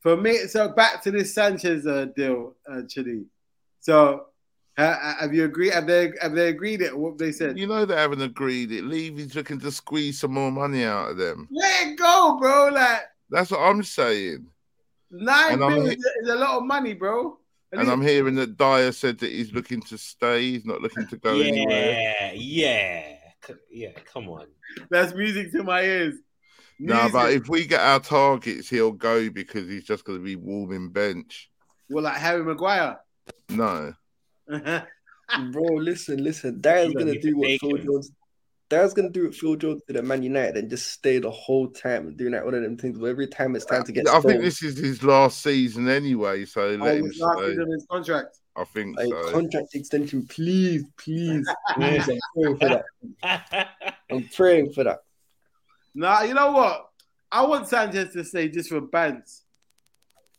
Speaker 1: for me, so back to this Sanchez uh, deal, uh, Chidi. So ha- have you agreed? Have they have they agreed it? What they said?
Speaker 2: You know they haven't agreed it. Levy's looking to squeeze some more money out of them.
Speaker 1: Let it go, bro. Like
Speaker 2: That's what I'm saying.
Speaker 1: nine
Speaker 2: And I'm-
Speaker 1: billion is is a lot of money, bro. At
Speaker 2: And
Speaker 1: least-
Speaker 2: I'm hearing that Dyer said that he's looking to stay. He's not looking to go anywhere.
Speaker 3: Yeah, yeah, C- yeah. Come on. [LAUGHS]
Speaker 1: that's music to my ears.
Speaker 2: No, but
Speaker 1: Music.
Speaker 2: if we get our targets, he'll go because he's just going to be warming bench.
Speaker 1: well, like Harry Maguire. [LAUGHS]
Speaker 2: No.
Speaker 4: Bro, listen, listen. Darren's
Speaker 3: Look,
Speaker 4: gonna
Speaker 3: you
Speaker 4: do what
Speaker 3: fake
Speaker 4: Phil
Speaker 3: him.
Speaker 4: Jones. Darren's gonna do what Phil Jones did at Man United and just stay the whole time doing that one of them things. Where every time it's time to get
Speaker 2: I think
Speaker 4: sold,
Speaker 2: this is his last season anyway, so
Speaker 1: Oh,
Speaker 2: let him
Speaker 1: his last
Speaker 2: stay.
Speaker 1: season of his contract.
Speaker 2: I think
Speaker 4: like,
Speaker 2: so.
Speaker 4: contract extension, please, please,
Speaker 2: [LAUGHS]
Speaker 4: please. I'm praying for that. I'm praying for that.
Speaker 1: Nah, you know what? I want Sanchez to stay just for bands.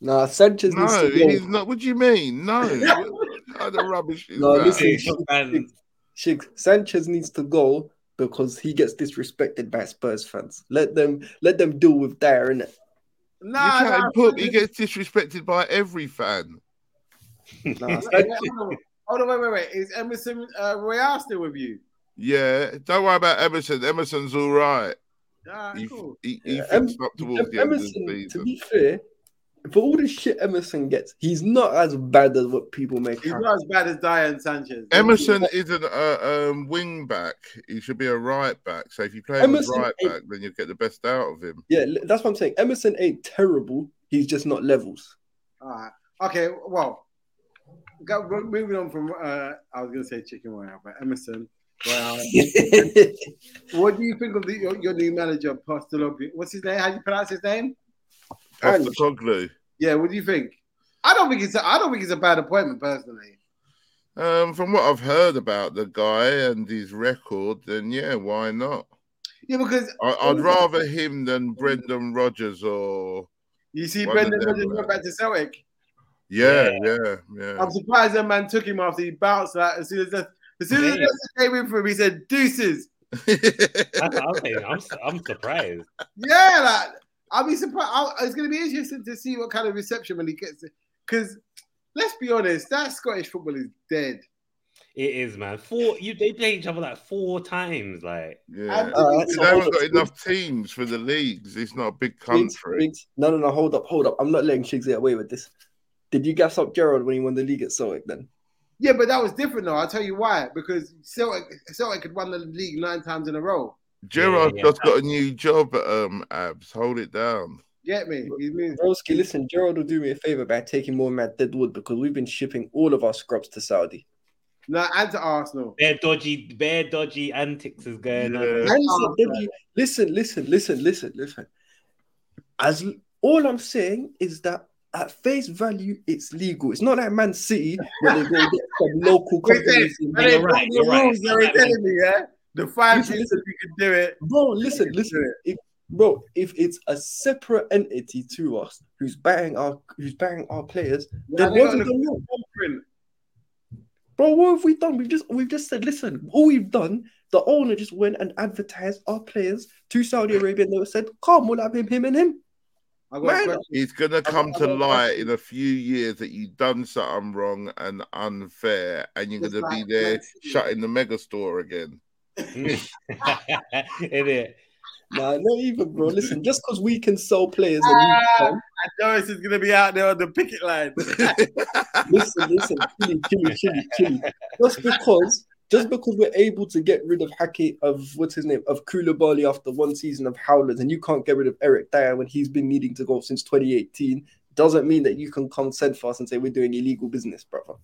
Speaker 4: Nah, Sanchez needs
Speaker 2: No,
Speaker 4: to go. [LAUGHS]
Speaker 2: he's not. What do you mean? No. What kind of rubbish is
Speaker 4: No,
Speaker 2: that?
Speaker 4: listen.
Speaker 3: Hey, for fans.
Speaker 4: Shig, Sanchez needs to go because he gets disrespected by Spurs fans. Let them let them deal with that,
Speaker 2: [LAUGHS]
Speaker 4: innit?
Speaker 2: you
Speaker 1: Nah,
Speaker 2: can't
Speaker 1: nah,
Speaker 2: put. He gets disrespected by every fan.
Speaker 4: Nah,
Speaker 1: wait,
Speaker 4: Sanchez,
Speaker 1: wait, hold on, hold on, wait, wait, wait. Is Emerson uh, Royale still with you?
Speaker 2: Yeah, don't worry about Emerson. Emerson's all right.
Speaker 1: Ah,
Speaker 2: He,
Speaker 1: cool.
Speaker 2: he, he
Speaker 4: Yeah,
Speaker 2: thinks up towards the end of the
Speaker 4: Emerson, to
Speaker 2: season.
Speaker 4: be fair, for all the shit Emerson gets, he's not as bad as what people make
Speaker 1: He's
Speaker 4: out.
Speaker 1: not as bad as Diane Sanchez.
Speaker 2: Emerson is an uh, um, wing back. He should be a right back. So if you play him as
Speaker 4: Emerson
Speaker 2: right
Speaker 4: ain't-
Speaker 2: back, then you'll get the best out of him.
Speaker 4: Yeah, l- that's what I'm saying. Emerson ain't terrible. He's just
Speaker 1: [LAUGHS]
Speaker 4: not levels. [LAUGHS]
Speaker 1: All right. Okay. Well, go, moving on from. Uh, I was going to say chicken royale, but Emerson. Well, what do you think of the, your, your new manager, Postolopi? What's his name? How do you pronounce his name?
Speaker 4: And-
Speaker 2: Postacoglu.
Speaker 1: Yeah. What do you think? I don't think it's. A, I don't think it's a bad appointment, personally.
Speaker 2: Um, from what I've heard about the guy and his record, then yeah, why not?
Speaker 1: Yeah, because
Speaker 2: I, I'd rather him than Brendan Rodgers or
Speaker 1: you see,
Speaker 2: Why
Speaker 1: Brendan
Speaker 2: did they
Speaker 1: Rodgers
Speaker 2: do
Speaker 1: went
Speaker 2: that?
Speaker 1: back to Celtic.
Speaker 2: yeah, yeah, yeah.
Speaker 1: I'm surprised that man took him after he bounced. Like, as soon as that, as soon as
Speaker 3: Yeah.
Speaker 1: that came in for him, he said deuces.
Speaker 4: Um,
Speaker 3: That's what I'm saying. I'm, su- I'm surprised.
Speaker 1: Yeah, like I'll be surprised. I'll, it's going to be interesting to see what kind of reception when he gets it. Because let's be honest, that Scottish football is dead.
Speaker 3: It is, man. Four. You they play each other like four times. Like
Speaker 2: [LAUGHS] yeah.
Speaker 4: Uh,
Speaker 2: they
Speaker 4: so
Speaker 2: haven't
Speaker 4: hold
Speaker 2: got
Speaker 4: up,
Speaker 2: enough teams for the leagues. It's not a big
Speaker 4: Biggs,
Speaker 2: country.
Speaker 4: Biggs. No, no, no. Hold up, hold up. I'm not letting Shiggs get away with this. Did you gas up Gerald when he won the league at Celtic? Then
Speaker 1: Yeah, but that was different though. I'll tell you why. Because Celtic, Celtic had won the league nine times in a row.
Speaker 2: Gerard
Speaker 3: yeah.
Speaker 2: just got a new job at um, Abs. Hold it down.
Speaker 1: Get me? He means-
Speaker 4: Broski, listen. Gerald will do me a favor by taking more Matt Deadwood because we've been shipping all of our scrubs to Saudi.
Speaker 1: No, and to Arsenal.
Speaker 3: bare dodgy, bare dodgy antics is going on.
Speaker 2: Yeah.
Speaker 4: And so
Speaker 1: Oh,
Speaker 4: then you- listen, listen, listen, listen, listen. As l- all I'm saying is that at face value, it's legal. It's not like Man City where they go and get
Speaker 1: [LAUGHS]
Speaker 4: some local
Speaker 1: Wait,
Speaker 4: companies. in-
Speaker 1: And they
Speaker 3: You're
Speaker 1: broke
Speaker 3: right,
Speaker 1: the
Speaker 3: you're right.
Speaker 1: rules. They were telling me, yeah, the five
Speaker 4: Listen,
Speaker 1: years that you could do it.
Speaker 4: Bro, listen, listen. If, bro, if it's a separate entity to us who's buying our who's buying our players,
Speaker 1: Yeah,
Speaker 4: then
Speaker 1: they
Speaker 4: what
Speaker 1: got
Speaker 4: have
Speaker 1: the
Speaker 4: we done wrong?
Speaker 1: blueprint.
Speaker 4: Bro, what have we done? We've just we've just said, listen, all we've done, the owner just went and advertised our players to Saudi Arabia and they said, come, we'll have him, him, and him.
Speaker 1: I got a
Speaker 4: Man.
Speaker 1: question.
Speaker 2: It's gonna come to
Speaker 1: I- I-
Speaker 2: light in a few years that you've done something wrong and unfair, and you're
Speaker 1: Just
Speaker 2: gonna
Speaker 1: like-
Speaker 2: be there
Speaker 1: like-
Speaker 2: shutting the mega store again.
Speaker 3: [LAUGHS] Isn't it?
Speaker 4: Nah, not even, bro. Listen, just because we can sell players and you can,
Speaker 1: Doris is going to be out there on the picket line.
Speaker 4: listen, listen, chilly, chilly, chilly, chilly. Just because, just because we're able to get rid of Haki of what's his name of Koulibaly after one season of Howlers, and you can't get rid of Eric Dyer when he's been needing to go since 2018, doesn't mean that you can come send for us and say we're doing illegal business, brother.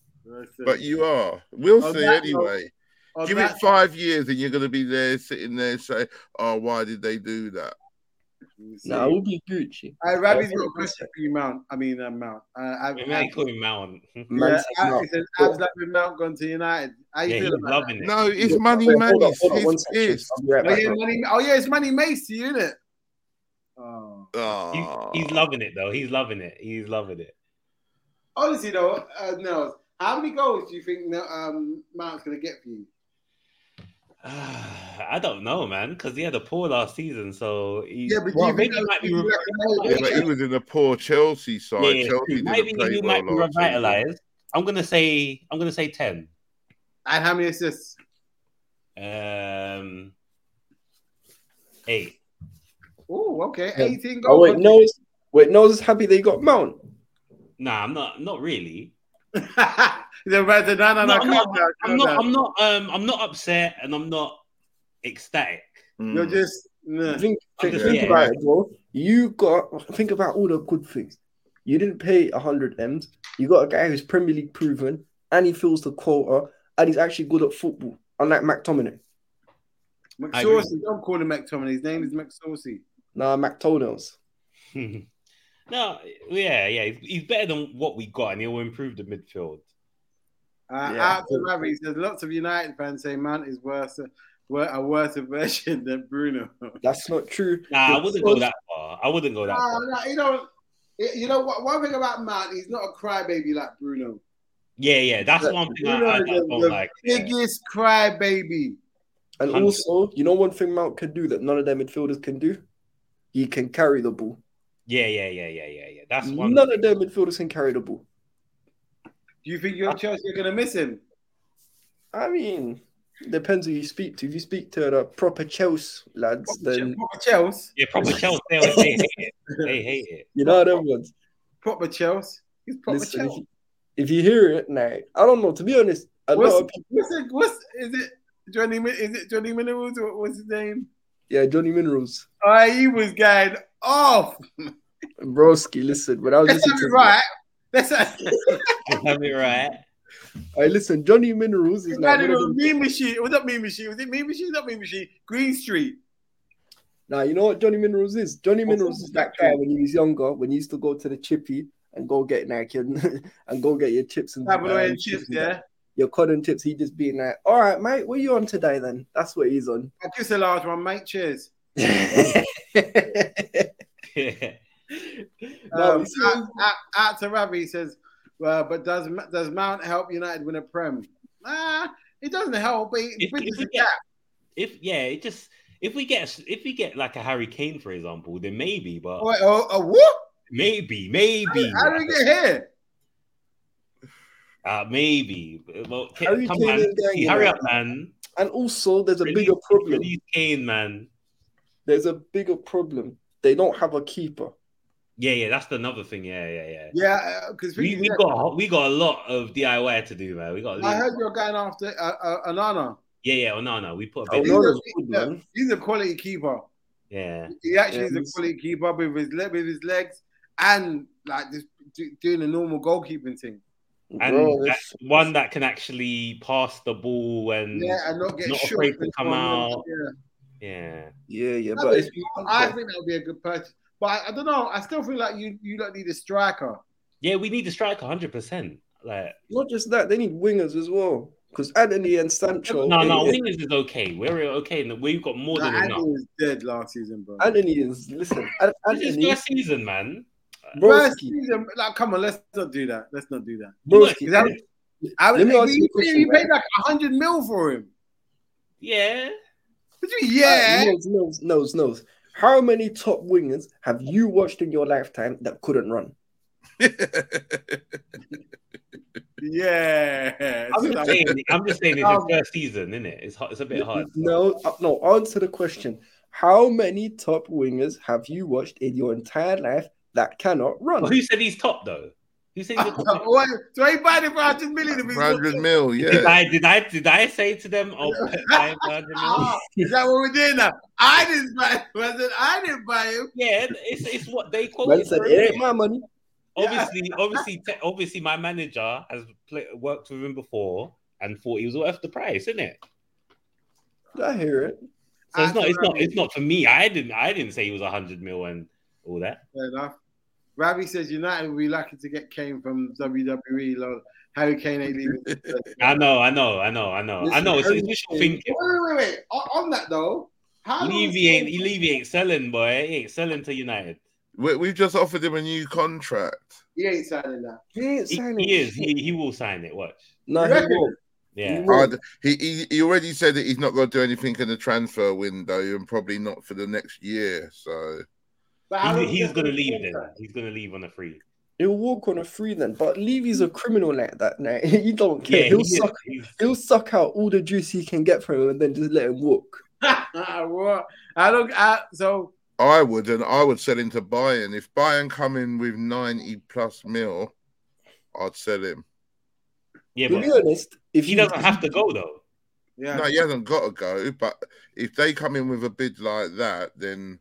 Speaker 2: But you are. We'll
Speaker 1: On
Speaker 2: see
Speaker 1: that note-
Speaker 2: anyway.
Speaker 1: On
Speaker 2: Give
Speaker 1: that-
Speaker 2: it five years, and you're gonna be there sitting there saying, "Oh, why did they do that?"
Speaker 1: uh,
Speaker 4: Nah, we'll be Gucci.
Speaker 1: All right, Robbie's got a question for you, Mount. I mean, uh, Mount. Uh, Ab-
Speaker 3: We might call him Mount.
Speaker 4: Man
Speaker 1: yeah,
Speaker 4: said
Speaker 1: Ab-
Speaker 4: no.
Speaker 1: he said Ab's loving Mount going to United. How you
Speaker 3: Yeah, he's
Speaker 1: feel about
Speaker 3: loving it.
Speaker 2: No, it's
Speaker 4: Wait,
Speaker 2: money,
Speaker 4: hold
Speaker 2: man.
Speaker 4: up,
Speaker 2: It's
Speaker 4: hold up, one
Speaker 2: it's
Speaker 4: second.
Speaker 2: pissed.
Speaker 4: I'll be right
Speaker 1: that? Oh
Speaker 4: back,
Speaker 1: yeah,
Speaker 4: bro.
Speaker 1: money, oh, yeah, it's Money Macy, isn't it? Oh.
Speaker 3: He's,
Speaker 2: Oh.
Speaker 3: Um, he's loving it though. He's loving it. He's loving it.
Speaker 1: Honestly, though, uh, Nels, how many goals do you think that, um, Mount's going to get for you?
Speaker 3: [SIGHS] I don't know, man, because he had a poor last season, so he,
Speaker 1: Yeah, but do
Speaker 3: Well,
Speaker 1: you think
Speaker 3: maybe he might be
Speaker 1: do you
Speaker 3: re-
Speaker 1: reckon-
Speaker 2: Yeah, but he was in a poor Chelsea side.
Speaker 3: yeah, yeah,
Speaker 2: Chelsea didn't
Speaker 3: maybe
Speaker 2: play
Speaker 3: he
Speaker 2: well
Speaker 3: might be
Speaker 2: last season.
Speaker 3: revitalized. I'm gonna say I'm gonna say ten.
Speaker 1: And how many assists?
Speaker 3: Um, eight.
Speaker 1: Oh, okay,
Speaker 4: Yeah.
Speaker 1: 18 goals.
Speaker 4: Oh
Speaker 1: [LAUGHS]
Speaker 4: wait, no, wait, no, is happy they got Mount.
Speaker 3: Nah, I'm not. Not really.
Speaker 1: He's about to, no, no, no,
Speaker 3: No,
Speaker 1: calm
Speaker 3: I'm
Speaker 1: down,
Speaker 3: not-
Speaker 1: calm
Speaker 3: I'm not.
Speaker 1: down.
Speaker 3: I'm not. Um, I'm not upset, and I'm not ecstatic. [LAUGHS]
Speaker 2: Mm.
Speaker 1: You're just, nah.
Speaker 4: Think,
Speaker 3: I'm
Speaker 4: think,
Speaker 3: just-
Speaker 4: think
Speaker 3: yeah.
Speaker 4: about it, bro. You got think about all the good things. You didn't pay hundred m's. You got a guy who's Premier League proven, and he fills the quota, and he's actually good at football. Unlike McTominay,
Speaker 3: I agree.
Speaker 1: McSaucy, don't call him McTominay. His name is McSaucy.
Speaker 4: nah, McTonald's.
Speaker 3: no, yeah, yeah. He's, he's better than what we got, and he'll improve the midfield.
Speaker 1: Uh,
Speaker 4: Yeah.
Speaker 1: Out to Ravi he says lots of United fans say Mount is worse, wor- a worse version than Bruno. no,
Speaker 4: That's not true.
Speaker 3: Nah, I
Speaker 4: Because-
Speaker 3: wouldn't go that far. I wouldn't
Speaker 1: Ah,
Speaker 3: go that far.
Speaker 1: no, you know, you know what? One thing about Mount, he's not a crybaby like Bruno.
Speaker 3: Yeah, yeah, that's
Speaker 4: Yeah,
Speaker 3: one thing I,
Speaker 1: Bruno
Speaker 3: I- I
Speaker 1: is the-
Speaker 3: don't
Speaker 1: the
Speaker 3: like. yeah.
Speaker 1: Biggest crybaby.
Speaker 4: And
Speaker 3: Hundred.
Speaker 4: also, you know one thing Mount can do that none of their midfielders can do? He can carry the ball.
Speaker 3: Yeah, yeah, yeah, yeah, yeah, yeah. That's one.
Speaker 4: None of their midfielders can carry the ball.
Speaker 1: Do you think your Chelsea are gonna miss him?
Speaker 4: I mean, depends who you speak to. If you speak to the proper Chelsea lads, then
Speaker 1: Proper Chelsea.
Speaker 3: Yeah, proper
Speaker 4: [LAUGHS]
Speaker 3: Chelsea. They, they hate it. They hate it.
Speaker 4: you know them ones.
Speaker 1: Proper Chelsea. He's proper
Speaker 4: Listen, if
Speaker 1: Chelsea.
Speaker 4: you, if you hear it, nah, I don't know. To be honest, a lot of
Speaker 1: What's,
Speaker 4: people,
Speaker 1: what's, it, what's is it? Johnny Min- is it Johnny Minerals? What was his name?
Speaker 4: yeah, Johnny Minerals,
Speaker 1: Oh, he was going off.
Speaker 4: Broski. Listen, when I was
Speaker 1: Let's have
Speaker 4: listening to
Speaker 1: it right. Let's
Speaker 4: [LAUGHS]
Speaker 1: have
Speaker 3: Have it right. [LAUGHS]
Speaker 4: I listen, Johnny Minerals is now.
Speaker 1: Man, it was meme machine. It was not meme machine. Was it meme machine? Not meme machine. Green Street.
Speaker 4: Now you know what Johnny Minerals is. Johnny
Speaker 1: What's
Speaker 4: Minerals
Speaker 1: up
Speaker 4: is
Speaker 1: with
Speaker 4: that
Speaker 1: that
Speaker 4: guy
Speaker 1: guy?
Speaker 4: when he was younger, when he used to go to the chippy and go get like your, [LAUGHS] and go get your chips and
Speaker 1: Tabloid
Speaker 4: um,
Speaker 1: and chips. Yeah.
Speaker 4: your cotton chips. He just being like, "All right, mate, what are you on today?" Then that's what he's on.
Speaker 1: I just a large one, mate. Cheers. [LAUGHS]
Speaker 4: No,
Speaker 1: Um,
Speaker 4: you see-
Speaker 1: out, out, out to Ravi says, well, but does does Mount help United win a Prem? Ah, it doesn't help, but it
Speaker 3: If-
Speaker 1: bridges
Speaker 3: if
Speaker 1: the
Speaker 3: we
Speaker 1: gap.
Speaker 3: get- if yeah, it just if we get if we get like a Harry Kane for example, then maybe, but
Speaker 1: Wait, oh, oh, what?
Speaker 3: maybe, maybe,
Speaker 1: How did we get here?
Speaker 3: uh, maybe. Well, ca-
Speaker 4: Harry
Speaker 3: come
Speaker 4: Kane
Speaker 3: on,
Speaker 4: is going, you
Speaker 3: hurry
Speaker 4: know.
Speaker 3: up, man.
Speaker 4: and also, there's a
Speaker 3: Release-
Speaker 4: bigger problem.
Speaker 3: Release Kane, man.
Speaker 4: There's a bigger problem. They don't have a keeper.
Speaker 3: Yeah, yeah, that's another thing. Yeah, yeah, yeah.
Speaker 1: Yeah, uh, because
Speaker 3: We, we got we got a lot of DIY to do, man. We got.
Speaker 1: I heard you're going after uh, uh, Anana.
Speaker 3: Yeah, yeah. Oh no, no. We put a
Speaker 4: Oh,
Speaker 3: bit.
Speaker 1: He's
Speaker 4: no,
Speaker 1: a,
Speaker 4: that's good, man.
Speaker 1: he's a quality keeper.
Speaker 3: Yeah,
Speaker 1: He actually
Speaker 4: Yeah,
Speaker 1: is
Speaker 4: he's-
Speaker 1: a quality keeper with his le- with his legs and like just do, doing the normal goalkeeping thing.
Speaker 3: and
Speaker 4: Bro,
Speaker 3: that,
Speaker 4: this-
Speaker 3: one that can actually pass the ball and
Speaker 1: Yeah, and not get
Speaker 3: Mm. Not
Speaker 1: shot.
Speaker 3: afraid to come out.
Speaker 1: Yeah.
Speaker 3: yeah.
Speaker 4: yeah, yeah,
Speaker 1: No,
Speaker 4: but
Speaker 1: but
Speaker 4: it's,
Speaker 1: I think that would be a good purchase. But I, I don't know. I still feel like you you don't need a striker.
Speaker 3: Yeah, we need to strike 100%. Like,
Speaker 4: not just that. They need wingers as well because Anthony and Sancho.
Speaker 3: no, no,
Speaker 4: eh,
Speaker 3: wingers is okay. We're okay. and We've got more than
Speaker 1: Like, Andy
Speaker 3: enough.
Speaker 1: was dead last season, bro.
Speaker 4: Anthony is listen. An-
Speaker 3: This is
Speaker 4: Anthony,
Speaker 3: first season, man.
Speaker 1: First
Speaker 4: Broski,
Speaker 1: season, like, come on, let's not do that. Let's not do that.
Speaker 4: Broski.
Speaker 1: That- I
Speaker 4: Let
Speaker 1: would,
Speaker 4: me
Speaker 1: you,
Speaker 4: ask you a question,
Speaker 1: you paid
Speaker 4: man.
Speaker 1: like hundred mil for him.
Speaker 3: Yeah.
Speaker 1: What do you mean, yeah?
Speaker 4: Nose, nose, nose, nose. How many top wingers have you watched in your lifetime that couldn't run?
Speaker 2: [LAUGHS]
Speaker 1: yeah.
Speaker 3: I'm
Speaker 1: So,
Speaker 3: just saying, I'm just saying it's
Speaker 4: [LAUGHS]
Speaker 3: his first season, isn't it? It's, hard- it's a bit hard.
Speaker 4: No, uh, no. Answer the question. How many top wingers have you watched in your entire life that cannot
Speaker 3: But
Speaker 4: run?
Speaker 3: who said he's top, though? Who said
Speaker 4: [LAUGHS]
Speaker 3: he's top?
Speaker 4: Oh,
Speaker 1: what- so [LAUGHS] he bought it for hundred million. If he's
Speaker 2: 100 mil,
Speaker 3: Did
Speaker 2: yeah.
Speaker 3: I did I did I say to them?
Speaker 4: [LAUGHS]
Speaker 3: Oh, I bought him out?
Speaker 1: Ah, [LAUGHS] is that what we're doing now? I didn't buy. [LAUGHS] I said I didn't buy him.
Speaker 3: yeah, it's it's what they
Speaker 4: Man
Speaker 3: quoted.
Speaker 4: said,
Speaker 3: for
Speaker 4: "It
Speaker 3: him.
Speaker 4: ain't my money."
Speaker 3: obviously, obviously, te- obviously, my manager has play, worked with him before and thought he was worth the price, isn't it?
Speaker 4: I hear it.
Speaker 3: So it's not, it's not, it's not for me. I didn't, I didn't say he was hundred mil and all that.
Speaker 1: Fair enough. Ravi says United will be lucky to get Kane from WWE. Lord. Harry Kane ain't leaving. [LAUGHS] wait,
Speaker 3: I know, I know, I know, I know, I know. It's, it's wishful thinking.
Speaker 1: wait, wait, wait. On, on that though, how long is
Speaker 3: Levy ain't, Levy ain't selling, boy. He ain't selling to United.
Speaker 2: We, we've just offered him a new contract.
Speaker 1: He ain't signing that.
Speaker 4: He ain't
Speaker 3: He,
Speaker 4: signing.
Speaker 3: he is, he, he will sign it. Watch,
Speaker 4: No,
Speaker 1: You
Speaker 4: he
Speaker 1: reckon?
Speaker 4: won't.
Speaker 3: yeah.
Speaker 4: Well-
Speaker 2: I'd- he, he he already said that he's not going to do anything in the transfer window, and probably not for the next year. So
Speaker 1: But how
Speaker 3: He's,
Speaker 1: long is
Speaker 3: he's
Speaker 1: that
Speaker 3: gonna
Speaker 1: gonna
Speaker 3: leave
Speaker 1: take
Speaker 3: then. He's gonna leave on a free.
Speaker 4: He'll walk on a free then. But Levy's a criminal like [LAUGHS] that. Now he don't care.
Speaker 3: Yeah,
Speaker 4: he'll
Speaker 3: he is.
Speaker 4: suck.
Speaker 3: He's-
Speaker 4: He'll suck out all the juice he can get from him, and then just let him walk.
Speaker 1: [LAUGHS] what? I don't. I, so
Speaker 2: I would, and I would sell him to Bayern. If Bayern come in with ninety plus mil, I'd sell him.
Speaker 3: yeah,
Speaker 4: to be
Speaker 3: but
Speaker 4: honest, if
Speaker 3: he
Speaker 4: you-
Speaker 3: doesn't have to go though.
Speaker 1: yeah,
Speaker 2: No, he hasn't got to go. But if they come in with a bid like that, then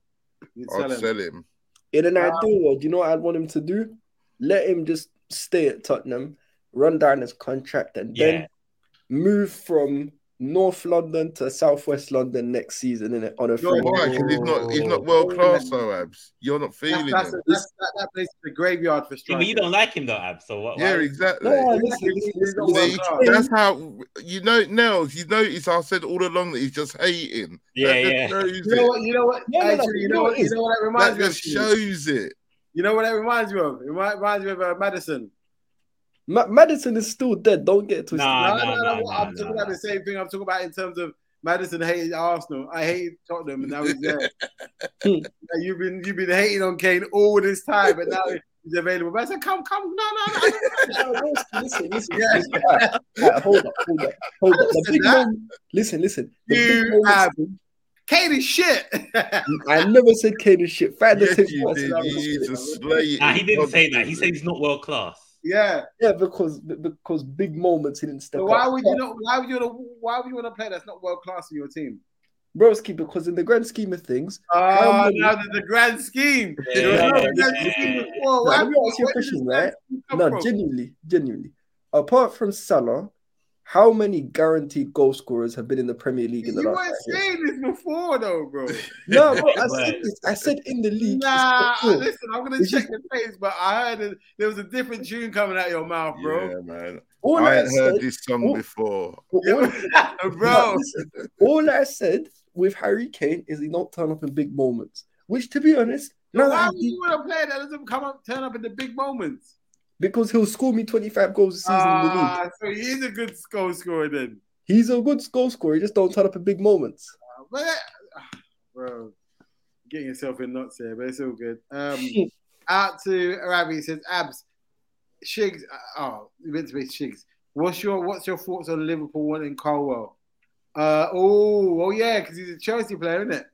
Speaker 1: you'd
Speaker 2: I'd
Speaker 1: sell him.
Speaker 2: sell him.
Speaker 4: In an ideal world, you know what I'd want him to do? Let him just stay at Tottenham, run down his contract, and
Speaker 3: Yeah.
Speaker 4: then move from North London to Southwest London next season innit, on a free.
Speaker 2: Why? Because he's not he's
Speaker 4: Oh.
Speaker 2: not world class, though, Abs. You're not
Speaker 1: That's,
Speaker 2: feeling
Speaker 1: that's,
Speaker 2: him.
Speaker 1: that's, that, that place is a graveyard for
Speaker 3: Yeah,
Speaker 1: strikers.
Speaker 3: but you don't like him though, Ab. So what?
Speaker 2: Yeah,
Speaker 3: why-
Speaker 2: exactly.
Speaker 4: No, listen, listen,
Speaker 1: He's
Speaker 4: listen,
Speaker 1: not
Speaker 2: See,
Speaker 1: world
Speaker 4: listen.
Speaker 1: class.
Speaker 2: that's how you know Nels. You notice I said all along that he's just hating.
Speaker 3: Yeah,
Speaker 2: that
Speaker 3: yeah.
Speaker 2: just shows
Speaker 1: You know
Speaker 2: it.
Speaker 1: what? You know what?
Speaker 4: No, no, no,
Speaker 1: actually, you
Speaker 4: no,
Speaker 1: know what?
Speaker 4: it
Speaker 1: You
Speaker 4: is.
Speaker 1: know what that reminds
Speaker 2: That
Speaker 1: me of?
Speaker 2: just shows it.
Speaker 1: You know what that reminds me of? It remi- reminds me of uh, Madison.
Speaker 4: Ma- Madison is still dead. Don't get it twisted.
Speaker 3: Nah,
Speaker 1: No, no,
Speaker 3: nah,
Speaker 1: no,
Speaker 3: nah,
Speaker 1: no,
Speaker 3: nah,
Speaker 1: I'm talking
Speaker 3: nah.
Speaker 1: about the same thing. I'm talking about in terms of Madison hated Arsenal. I hated Tottenham, and now he's
Speaker 4: [LAUGHS]
Speaker 1: there.
Speaker 4: Hmm.
Speaker 1: Like, you've been you've been hating on Kane all this time, but now he's available. But I said, come, come, no, no, no.
Speaker 4: No, no, listen, listen, listen.
Speaker 1: Yeah.
Speaker 4: listen. All right, all right, hold up, hold up, hold up. The
Speaker 1: Listen,
Speaker 4: big
Speaker 1: that-
Speaker 4: moment, listen, listen. The
Speaker 1: You
Speaker 4: big moment-
Speaker 1: have- Kane is shit. [LAUGHS]
Speaker 4: I never said Kane is shit. Fact
Speaker 2: Yes,
Speaker 4: that
Speaker 2: you did.
Speaker 1: that
Speaker 2: You
Speaker 1: was-
Speaker 2: used to slay
Speaker 3: Nah,
Speaker 2: it.
Speaker 3: he didn't say that. He said he's not world class.
Speaker 1: yeah.
Speaker 4: Yeah, because because big moments he didn't step
Speaker 1: But why
Speaker 4: up.
Speaker 1: would you not? Why would you? Wanna, why would you want to play that's not world class in your team?
Speaker 4: Broski? Because in the grand scheme of things,
Speaker 1: Oh,
Speaker 4: many-
Speaker 1: now there's the grand scheme.
Speaker 3: Yeah.
Speaker 1: There was no grand scheme before. Why
Speaker 4: let me
Speaker 1: would-
Speaker 4: ask
Speaker 1: where
Speaker 4: you a
Speaker 1: did
Speaker 4: question,
Speaker 1: this grand
Speaker 4: right?
Speaker 1: scheme come
Speaker 4: no,
Speaker 1: from?
Speaker 4: genuinely, genuinely. Apart from Salah, how many guaranteed goal scorers have been in the Premier League in the
Speaker 1: You
Speaker 4: last?
Speaker 1: weren't
Speaker 4: five years?
Speaker 1: saying this before, though, bro.
Speaker 2: [LAUGHS]
Speaker 4: No, bro, I said
Speaker 3: Right.
Speaker 4: this. I said in the league. it's
Speaker 1: Nah,
Speaker 4: not true.
Speaker 1: listen, I'm gonna
Speaker 4: It's
Speaker 1: check the face, but I heard it, there was a different tune coming out your mouth, bro.
Speaker 2: Yeah, man.
Speaker 4: all
Speaker 2: I
Speaker 4: I,
Speaker 2: had
Speaker 4: said,
Speaker 2: heard this song
Speaker 4: Oh.
Speaker 2: before.
Speaker 1: [LAUGHS]
Speaker 4: all- [LAUGHS]
Speaker 1: bro.
Speaker 4: Listen, all I said with Harry Kane is he don't turn up in big moments. Which, to be honest, now that
Speaker 1: Why
Speaker 4: I
Speaker 1: would
Speaker 4: think-
Speaker 1: you want a player that doesn't come up, turn up in the big moments?
Speaker 4: because he'll score me 25 goals a season in the league.
Speaker 1: Ah, so he is a good goal scorer then,
Speaker 4: He's a good goal scorer. He just don't turn up in big moments.
Speaker 1: Uh, but, [SIGHS] ah, bro. Getting yourself in knots here, but it's all good. Um, out to Ravi says abs. Shigs, oh, you meant to be Shigs. What's your what's your thoughts on Liverpool wanting Colwell? Uh, oh, oh yeah, because he's a Chelsea player, isn't it?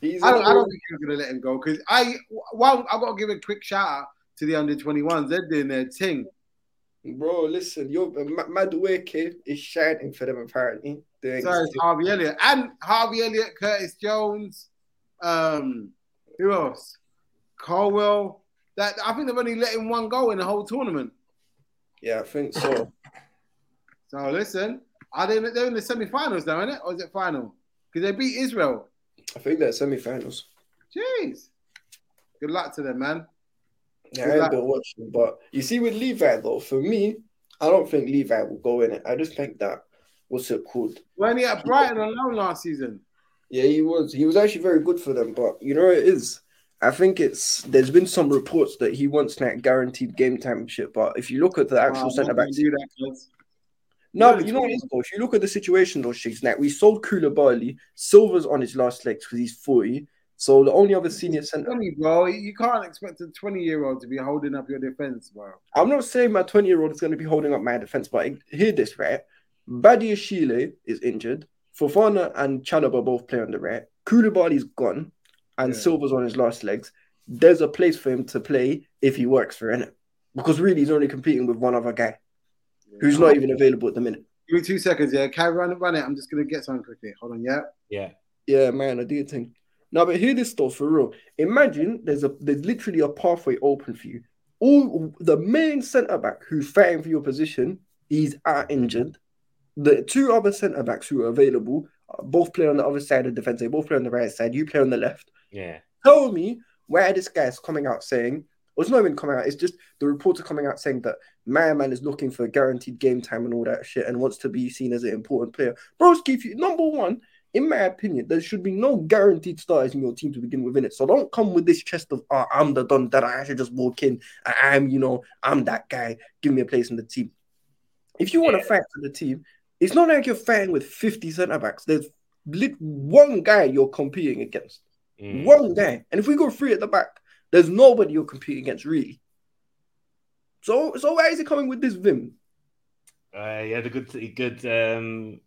Speaker 4: He's
Speaker 1: I don't, I
Speaker 4: a-
Speaker 1: don't think you're going to let him go because I, well, I've got to give a quick shout out to the under 21s. They're doing their thing.
Speaker 4: Bro, listen, your Ma- Madueke is shining for them apparently. Doing
Speaker 1: So it's Harvey Elliott and Harvey Elliott, Curtis Jones, um, who else? Colwell. That I think they've only let him one goal in the whole tournament.
Speaker 4: yeah, I think so.
Speaker 1: So listen, are they? They're in the semi-finals now, isn't it? Or is it final? Because they beat Israel.
Speaker 4: I think they're semi-finals.
Speaker 1: Jeez. Good luck to them, man.
Speaker 4: Yeah, I
Speaker 1: Yeah.
Speaker 4: ain't been watching, but you see with Levi though, for me, I don't think Levi will go in it. I just think that what's it called?
Speaker 1: Weren't he at Brighton alone last season?
Speaker 4: Yeah, he was. He was actually very good for them, but you know what it is. I think it's there's been some reports that he wants that guaranteed game time shit, but if you look at the actual
Speaker 1: Oh,
Speaker 4: centre
Speaker 1: I'm not
Speaker 4: back,
Speaker 1: gonna do that, 'cause-
Speaker 4: no,
Speaker 1: really
Speaker 4: but you know what it
Speaker 1: tall.
Speaker 4: is though. If you look at the situation though, Shiggs, like we sold Koulibaly, Silver's on his last legs because he's 40, so the only other senior centre.
Speaker 1: Tell me, bro. You can't expect a 20 year old to be holding up your defense, bro.
Speaker 4: I'm not saying my 20 year old is going to be holding up my defense, but hear this right. Badia Shile is injured. Fofana and Chalaba both play on the right. Koulibaly's gone, and
Speaker 1: Yeah.
Speaker 4: Silva's on his last legs. There's a place for him to play if he works for it, because really he's only competing with one other guy who's not even available at the minute.
Speaker 1: Give me two seconds, yeah. Carry run, run it. I'm just gonna get something quickly. Hold on, yeah.
Speaker 3: Yeah.
Speaker 4: Yeah, man, I do think. Now, but hear this though, for real. Imagine there's a there's literally a pathway open for you. All the main centre back who's fighting for your position, he's out injured. The two other centre backs who are available uh, both play on the other side of the defence. They both play on the right side. You play on the left.
Speaker 3: Yeah.
Speaker 4: Tell me where this guy's coming out saying, or it's not even coming out. It's just the reporter coming out saying that my man is looking for guaranteed game time and all that shit and wants to be seen as an important player. Broski, if you number one, in my opinion, there should be no guaranteed starters in your team to begin with in it. So don't come with this chest of oh, I'm the don that I should just walk in. I am, you know, I'm that guy. Give me a place in the team. If you want to fight for the team, it's not like you're fighting with 50 centre backs. There's lit one guy you're competing against.
Speaker 3: Mm.
Speaker 4: One guy. And if we go three at the back, there's nobody you're competing against, really. So, so why is he coming with this vim?
Speaker 3: Uh, he had a good, a good um,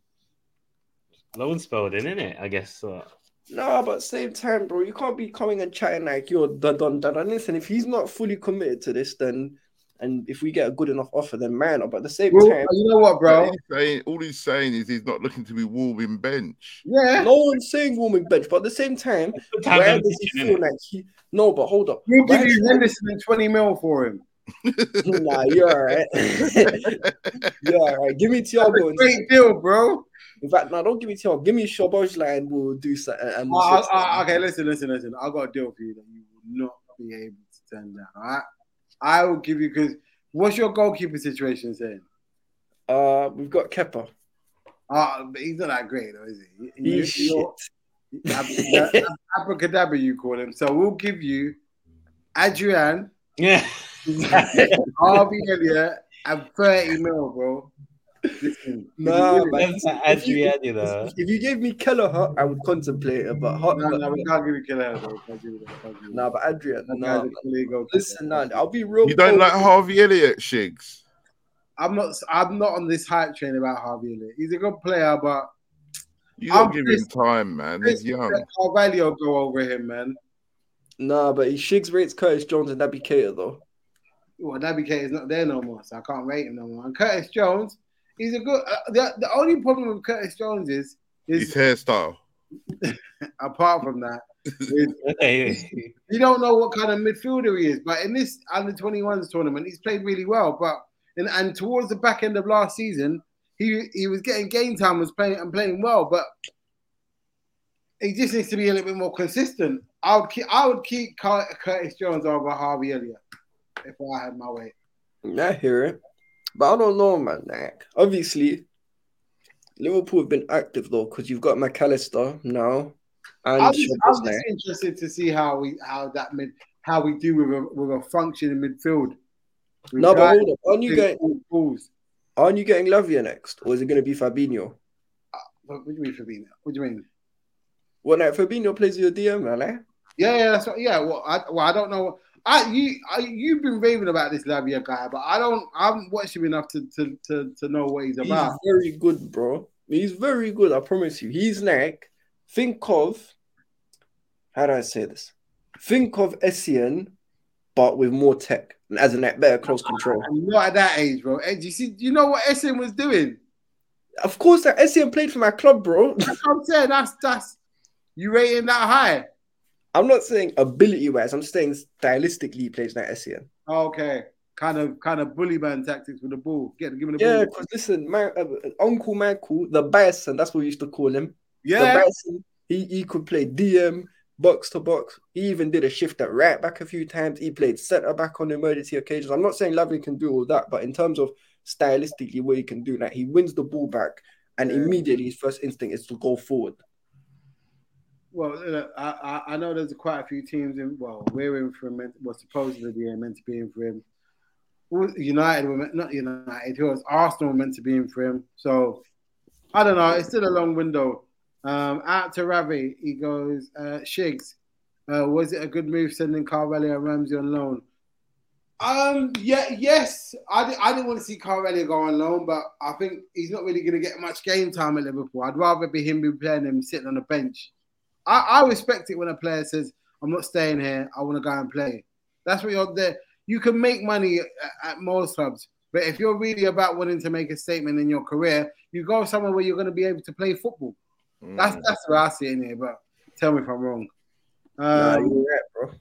Speaker 3: loan spell, didn't it? I guess. So.
Speaker 4: No, but same time, bro, you can't be coming and chatting like you're the done done. And listen, if he's not fully committed to this, then and if we get a good enough offer, then man. But at the same
Speaker 1: Well,
Speaker 4: time,
Speaker 1: you know what, bro?
Speaker 2: All he's, saying, all he's saying is he's not looking to be warming bench.
Speaker 1: Yeah.
Speaker 4: no one's saying warming bench. But at the same time,
Speaker 3: Good to have
Speaker 4: where
Speaker 3: them
Speaker 4: does he
Speaker 3: teaching,
Speaker 4: feel
Speaker 3: innit?
Speaker 4: like he? No, but hold up.
Speaker 1: We'll give
Speaker 4: Why-
Speaker 1: you Henderson and 20 mil for him.
Speaker 4: nah, you're all right. you're all right. Give me
Speaker 1: That's
Speaker 4: Thiago.
Speaker 1: a
Speaker 4: And,
Speaker 1: great deal, bro.
Speaker 4: in fact, no, don't give me Thiago. Give me Shobojla and we'll do something. And we'll
Speaker 1: Oh,
Speaker 4: sort
Speaker 1: oh,
Speaker 4: something.
Speaker 1: oh, okay, listen, listen, listen. I've got a deal for you that you will not be able to turn down. All right. I will give you because what's your goalkeeper situation saying?
Speaker 4: Uh, we've got Kepper.
Speaker 1: Ah, but he's not that great, though, is he? He-
Speaker 4: He's
Speaker 1: he-
Speaker 4: shit.
Speaker 1: Abracadabra, abracadabra, you call him. So we'll give you Adrian,
Speaker 3: [LAUGHS] Yeah.
Speaker 1: Harvey Elliott, and 30 mil, bro. Listen,
Speaker 4: Nah,
Speaker 1: if you-
Speaker 4: man.
Speaker 3: That's not Adrian, you [LAUGHS]
Speaker 2: Uh,
Speaker 3: know.
Speaker 4: If you gave me Kelleher, I would contemplate it, but Hart,
Speaker 1: no, no,
Speaker 4: no,
Speaker 1: we can't give you Kelleher, bro. Can't give you that. Can't give you that.
Speaker 4: nah, but Adrian,
Speaker 1: That
Speaker 4: nah.
Speaker 1: guy's a illegal.
Speaker 4: Listen, nah, I'll be real.
Speaker 2: You don't
Speaker 4: bold.
Speaker 2: like Harvey Elliott, Shigs?
Speaker 1: I'm not. I'm not on this hype train about Harvey Elliott. He's a good player, but
Speaker 2: You don't
Speaker 1: I'm
Speaker 2: give him
Speaker 1: pissed.
Speaker 2: time, man. He's young.
Speaker 1: Carvalho go over him, man.
Speaker 4: Nah, but he shigs rates Curtis Jones and Naby Keita though.
Speaker 1: Well, Naby Keita is not there no more, so I can't rate him no more. And Curtis Jones, he's a good. Uh, the, the only problem with Curtis Jones is,
Speaker 2: His
Speaker 1: is
Speaker 2: hairstyle.
Speaker 1: apart from that, is
Speaker 3: Hey,
Speaker 1: you don't know what kind of midfielder he is. But in this under 21s tournament, he's played really well. But and, and towards the back end of last season, he he was getting game time, was playing and playing well. But he just needs to be a little bit more consistent. I would keep I would keep Cur- Curtis Jones over Harvey Elliott if I had my way.
Speaker 4: I hear it, but I don't know, man. Like, obviously, Liverpool have been active though, because you've got McAllister now, and
Speaker 1: I'm just, I'm
Speaker 4: Szoboszlai.
Speaker 1: just interested to see how we how that mid how we do with a with a function in midfield. With
Speaker 4: no, but
Speaker 1: guys
Speaker 4: hold up, aren't you
Speaker 1: who
Speaker 4: getting
Speaker 1: score goals.
Speaker 4: aren't you getting Lavia next, or is it going to be Fabinho?
Speaker 1: What, what do you mean, Fabinho? What do you mean?
Speaker 4: Well, like Fabinho plays your DM, man. Eh?
Speaker 1: Yeah, yeah, that's what, yeah. Well, I, well, I don't know. I you I, you've been raving about this Lavia guy, but I don't. I haven't watched him enough to to, to, to know what he's
Speaker 4: He's
Speaker 1: about.
Speaker 4: very good, bro. He's very good. I promise you. He's like think of how do I say this? Think of Essien, but with more tech, and as in that better close control.
Speaker 1: And not at that age, bro. Edge, you see, you know what Essen was doing.
Speaker 4: Of course, that Essien played for my club, bro. [LAUGHS]
Speaker 1: That's what I'm saying. That's that's you rating that high.
Speaker 4: I'm not saying ability wise. I'm saying stylistically, he plays like Essien.
Speaker 1: Okay, kind of kind of bully man tactics with the ball. Get give him the
Speaker 4: Yeah,
Speaker 1: ball.
Speaker 4: because listen, my uh, Uncle Michael, the Bison, that's what we used to call him. The
Speaker 1: Yeah,
Speaker 4: Bison, he, he could play DM, box to box. He even did a shift at right back a few times. He played centre back on emergency occasions. I'm not saying Lavin can do all that, but in terms of stylistically what he can do, like he wins the ball back and
Speaker 1: Yeah.
Speaker 4: immediately his first instinct is to go forward.
Speaker 1: Well, look, I, I I know there's quite a few teams in. Well, we're in for him. Well, supposedly yeah, meant to be in for him. Well, United were meant, not United. Who was Arsenal were meant to be in for him? So I don't know. It's still a long window. Um, out to Ravi, he goes. Uh, Shigs, uh, was it a good move sending Carvalho and Ramsey on loan? Um, yeah, yes. I, di- I didn't want to see Carvalho go on loan, but I think he's not really going to get much game time at Liverpool. I'd rather be him be playing him sitting on the bench. I, I respect it when a player says, "I'm not staying here. I want to go and play." That's what you're there. You can make money a- at most clubs, but if you're really about wanting to make a statement in your career, you go somewhere where you're going to be able to play football. That's
Speaker 2: Mm.
Speaker 1: that's where I see it in here. But tell me if I'm wrong.
Speaker 4: Nah,
Speaker 1: Um,
Speaker 4: you're right,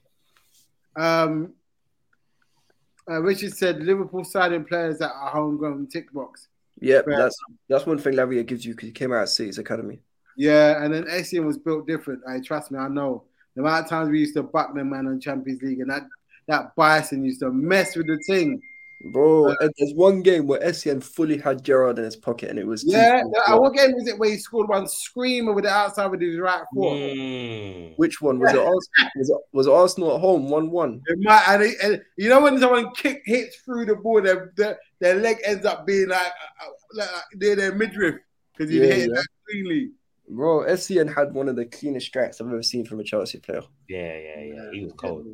Speaker 4: bro.
Speaker 1: um, uh, Richard said Liverpool signing players that are homegrown tick box.
Speaker 4: Yeah,
Speaker 1: Fair.
Speaker 4: that's that's one thing Lavia gives you because he came out of City's academy.
Speaker 1: Yeah, and then Essien was built different. I trust me, I know. The amount of times we used to back them man on Champions League, and that that Bison used to mess with the thing. Uh,
Speaker 4: Bro, and there's one game where Essien fully had Gerard in his pocket, and it was
Speaker 1: Yeah,
Speaker 4: two-
Speaker 1: that- what game was it where he scored one screamer with the outside with his right foot?
Speaker 3: mm.
Speaker 4: Which one was it? Arsenal, was, it, was it Arsenal at home one one?
Speaker 1: It might, and, it, and you know when someone kick hits through the ball, their their, their leg ends up being like, uh, uh, like, like near their midriff because you
Speaker 4: Yeah,
Speaker 1: hit it
Speaker 4: yeah.
Speaker 1: that cleanly.
Speaker 4: Bro, Essien had one of the cleanest strikes I've ever seen from a Chelsea player.
Speaker 3: Yeah, yeah, yeah. He was cold.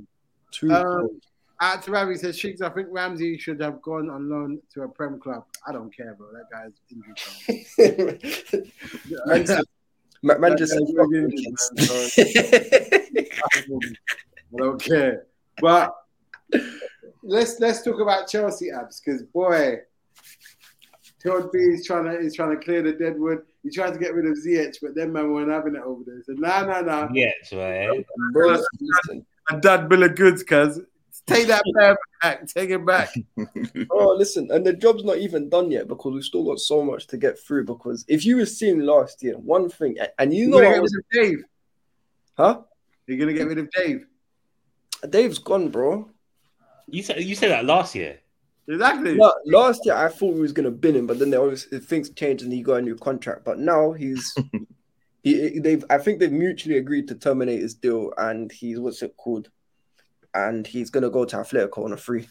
Speaker 4: Two.
Speaker 1: Um, Out to Ravi says, Shiggs, I think Ramsey should have gone on loan to a Prem club. I don't care, bro. That guy's injury. prone.
Speaker 4: man, said- [LAUGHS] man, man just said,
Speaker 1: That's
Speaker 4: "Fuck
Speaker 1: really
Speaker 4: them
Speaker 1: good,
Speaker 4: kids."
Speaker 1: I don't care. But let's let's talk about Chelsea abs because boy, Todd B is trying to is trying to clear the deadwood. He tried to get rid of ZH, but then man weren't having it over there. So nah, nah, nah.
Speaker 3: Yeah, uh, it's right.
Speaker 4: [LAUGHS] Bro, listen.
Speaker 1: A dud bill of goods, cuz take that man back, take it back.
Speaker 4: Oh, listen, and the job's not even done yet because we've still got so much to get through. Because if you were seen last year, one thing, and- and you
Speaker 1: You're
Speaker 4: know,
Speaker 1: gonna
Speaker 4: I
Speaker 1: get
Speaker 4: was,
Speaker 1: rid of Dave.
Speaker 4: huh?
Speaker 1: You're gonna get rid of Dave.
Speaker 4: Dave's gone, bro.
Speaker 3: You said you said that last year.
Speaker 1: Exactly.
Speaker 4: No, last year I thought we was gonna bin him, but then they obviously things changed and he got a new contract. But now he's he they've I think they've mutually agreed to terminate his deal and he's what's it called? And he's gonna go to Atletico on a free.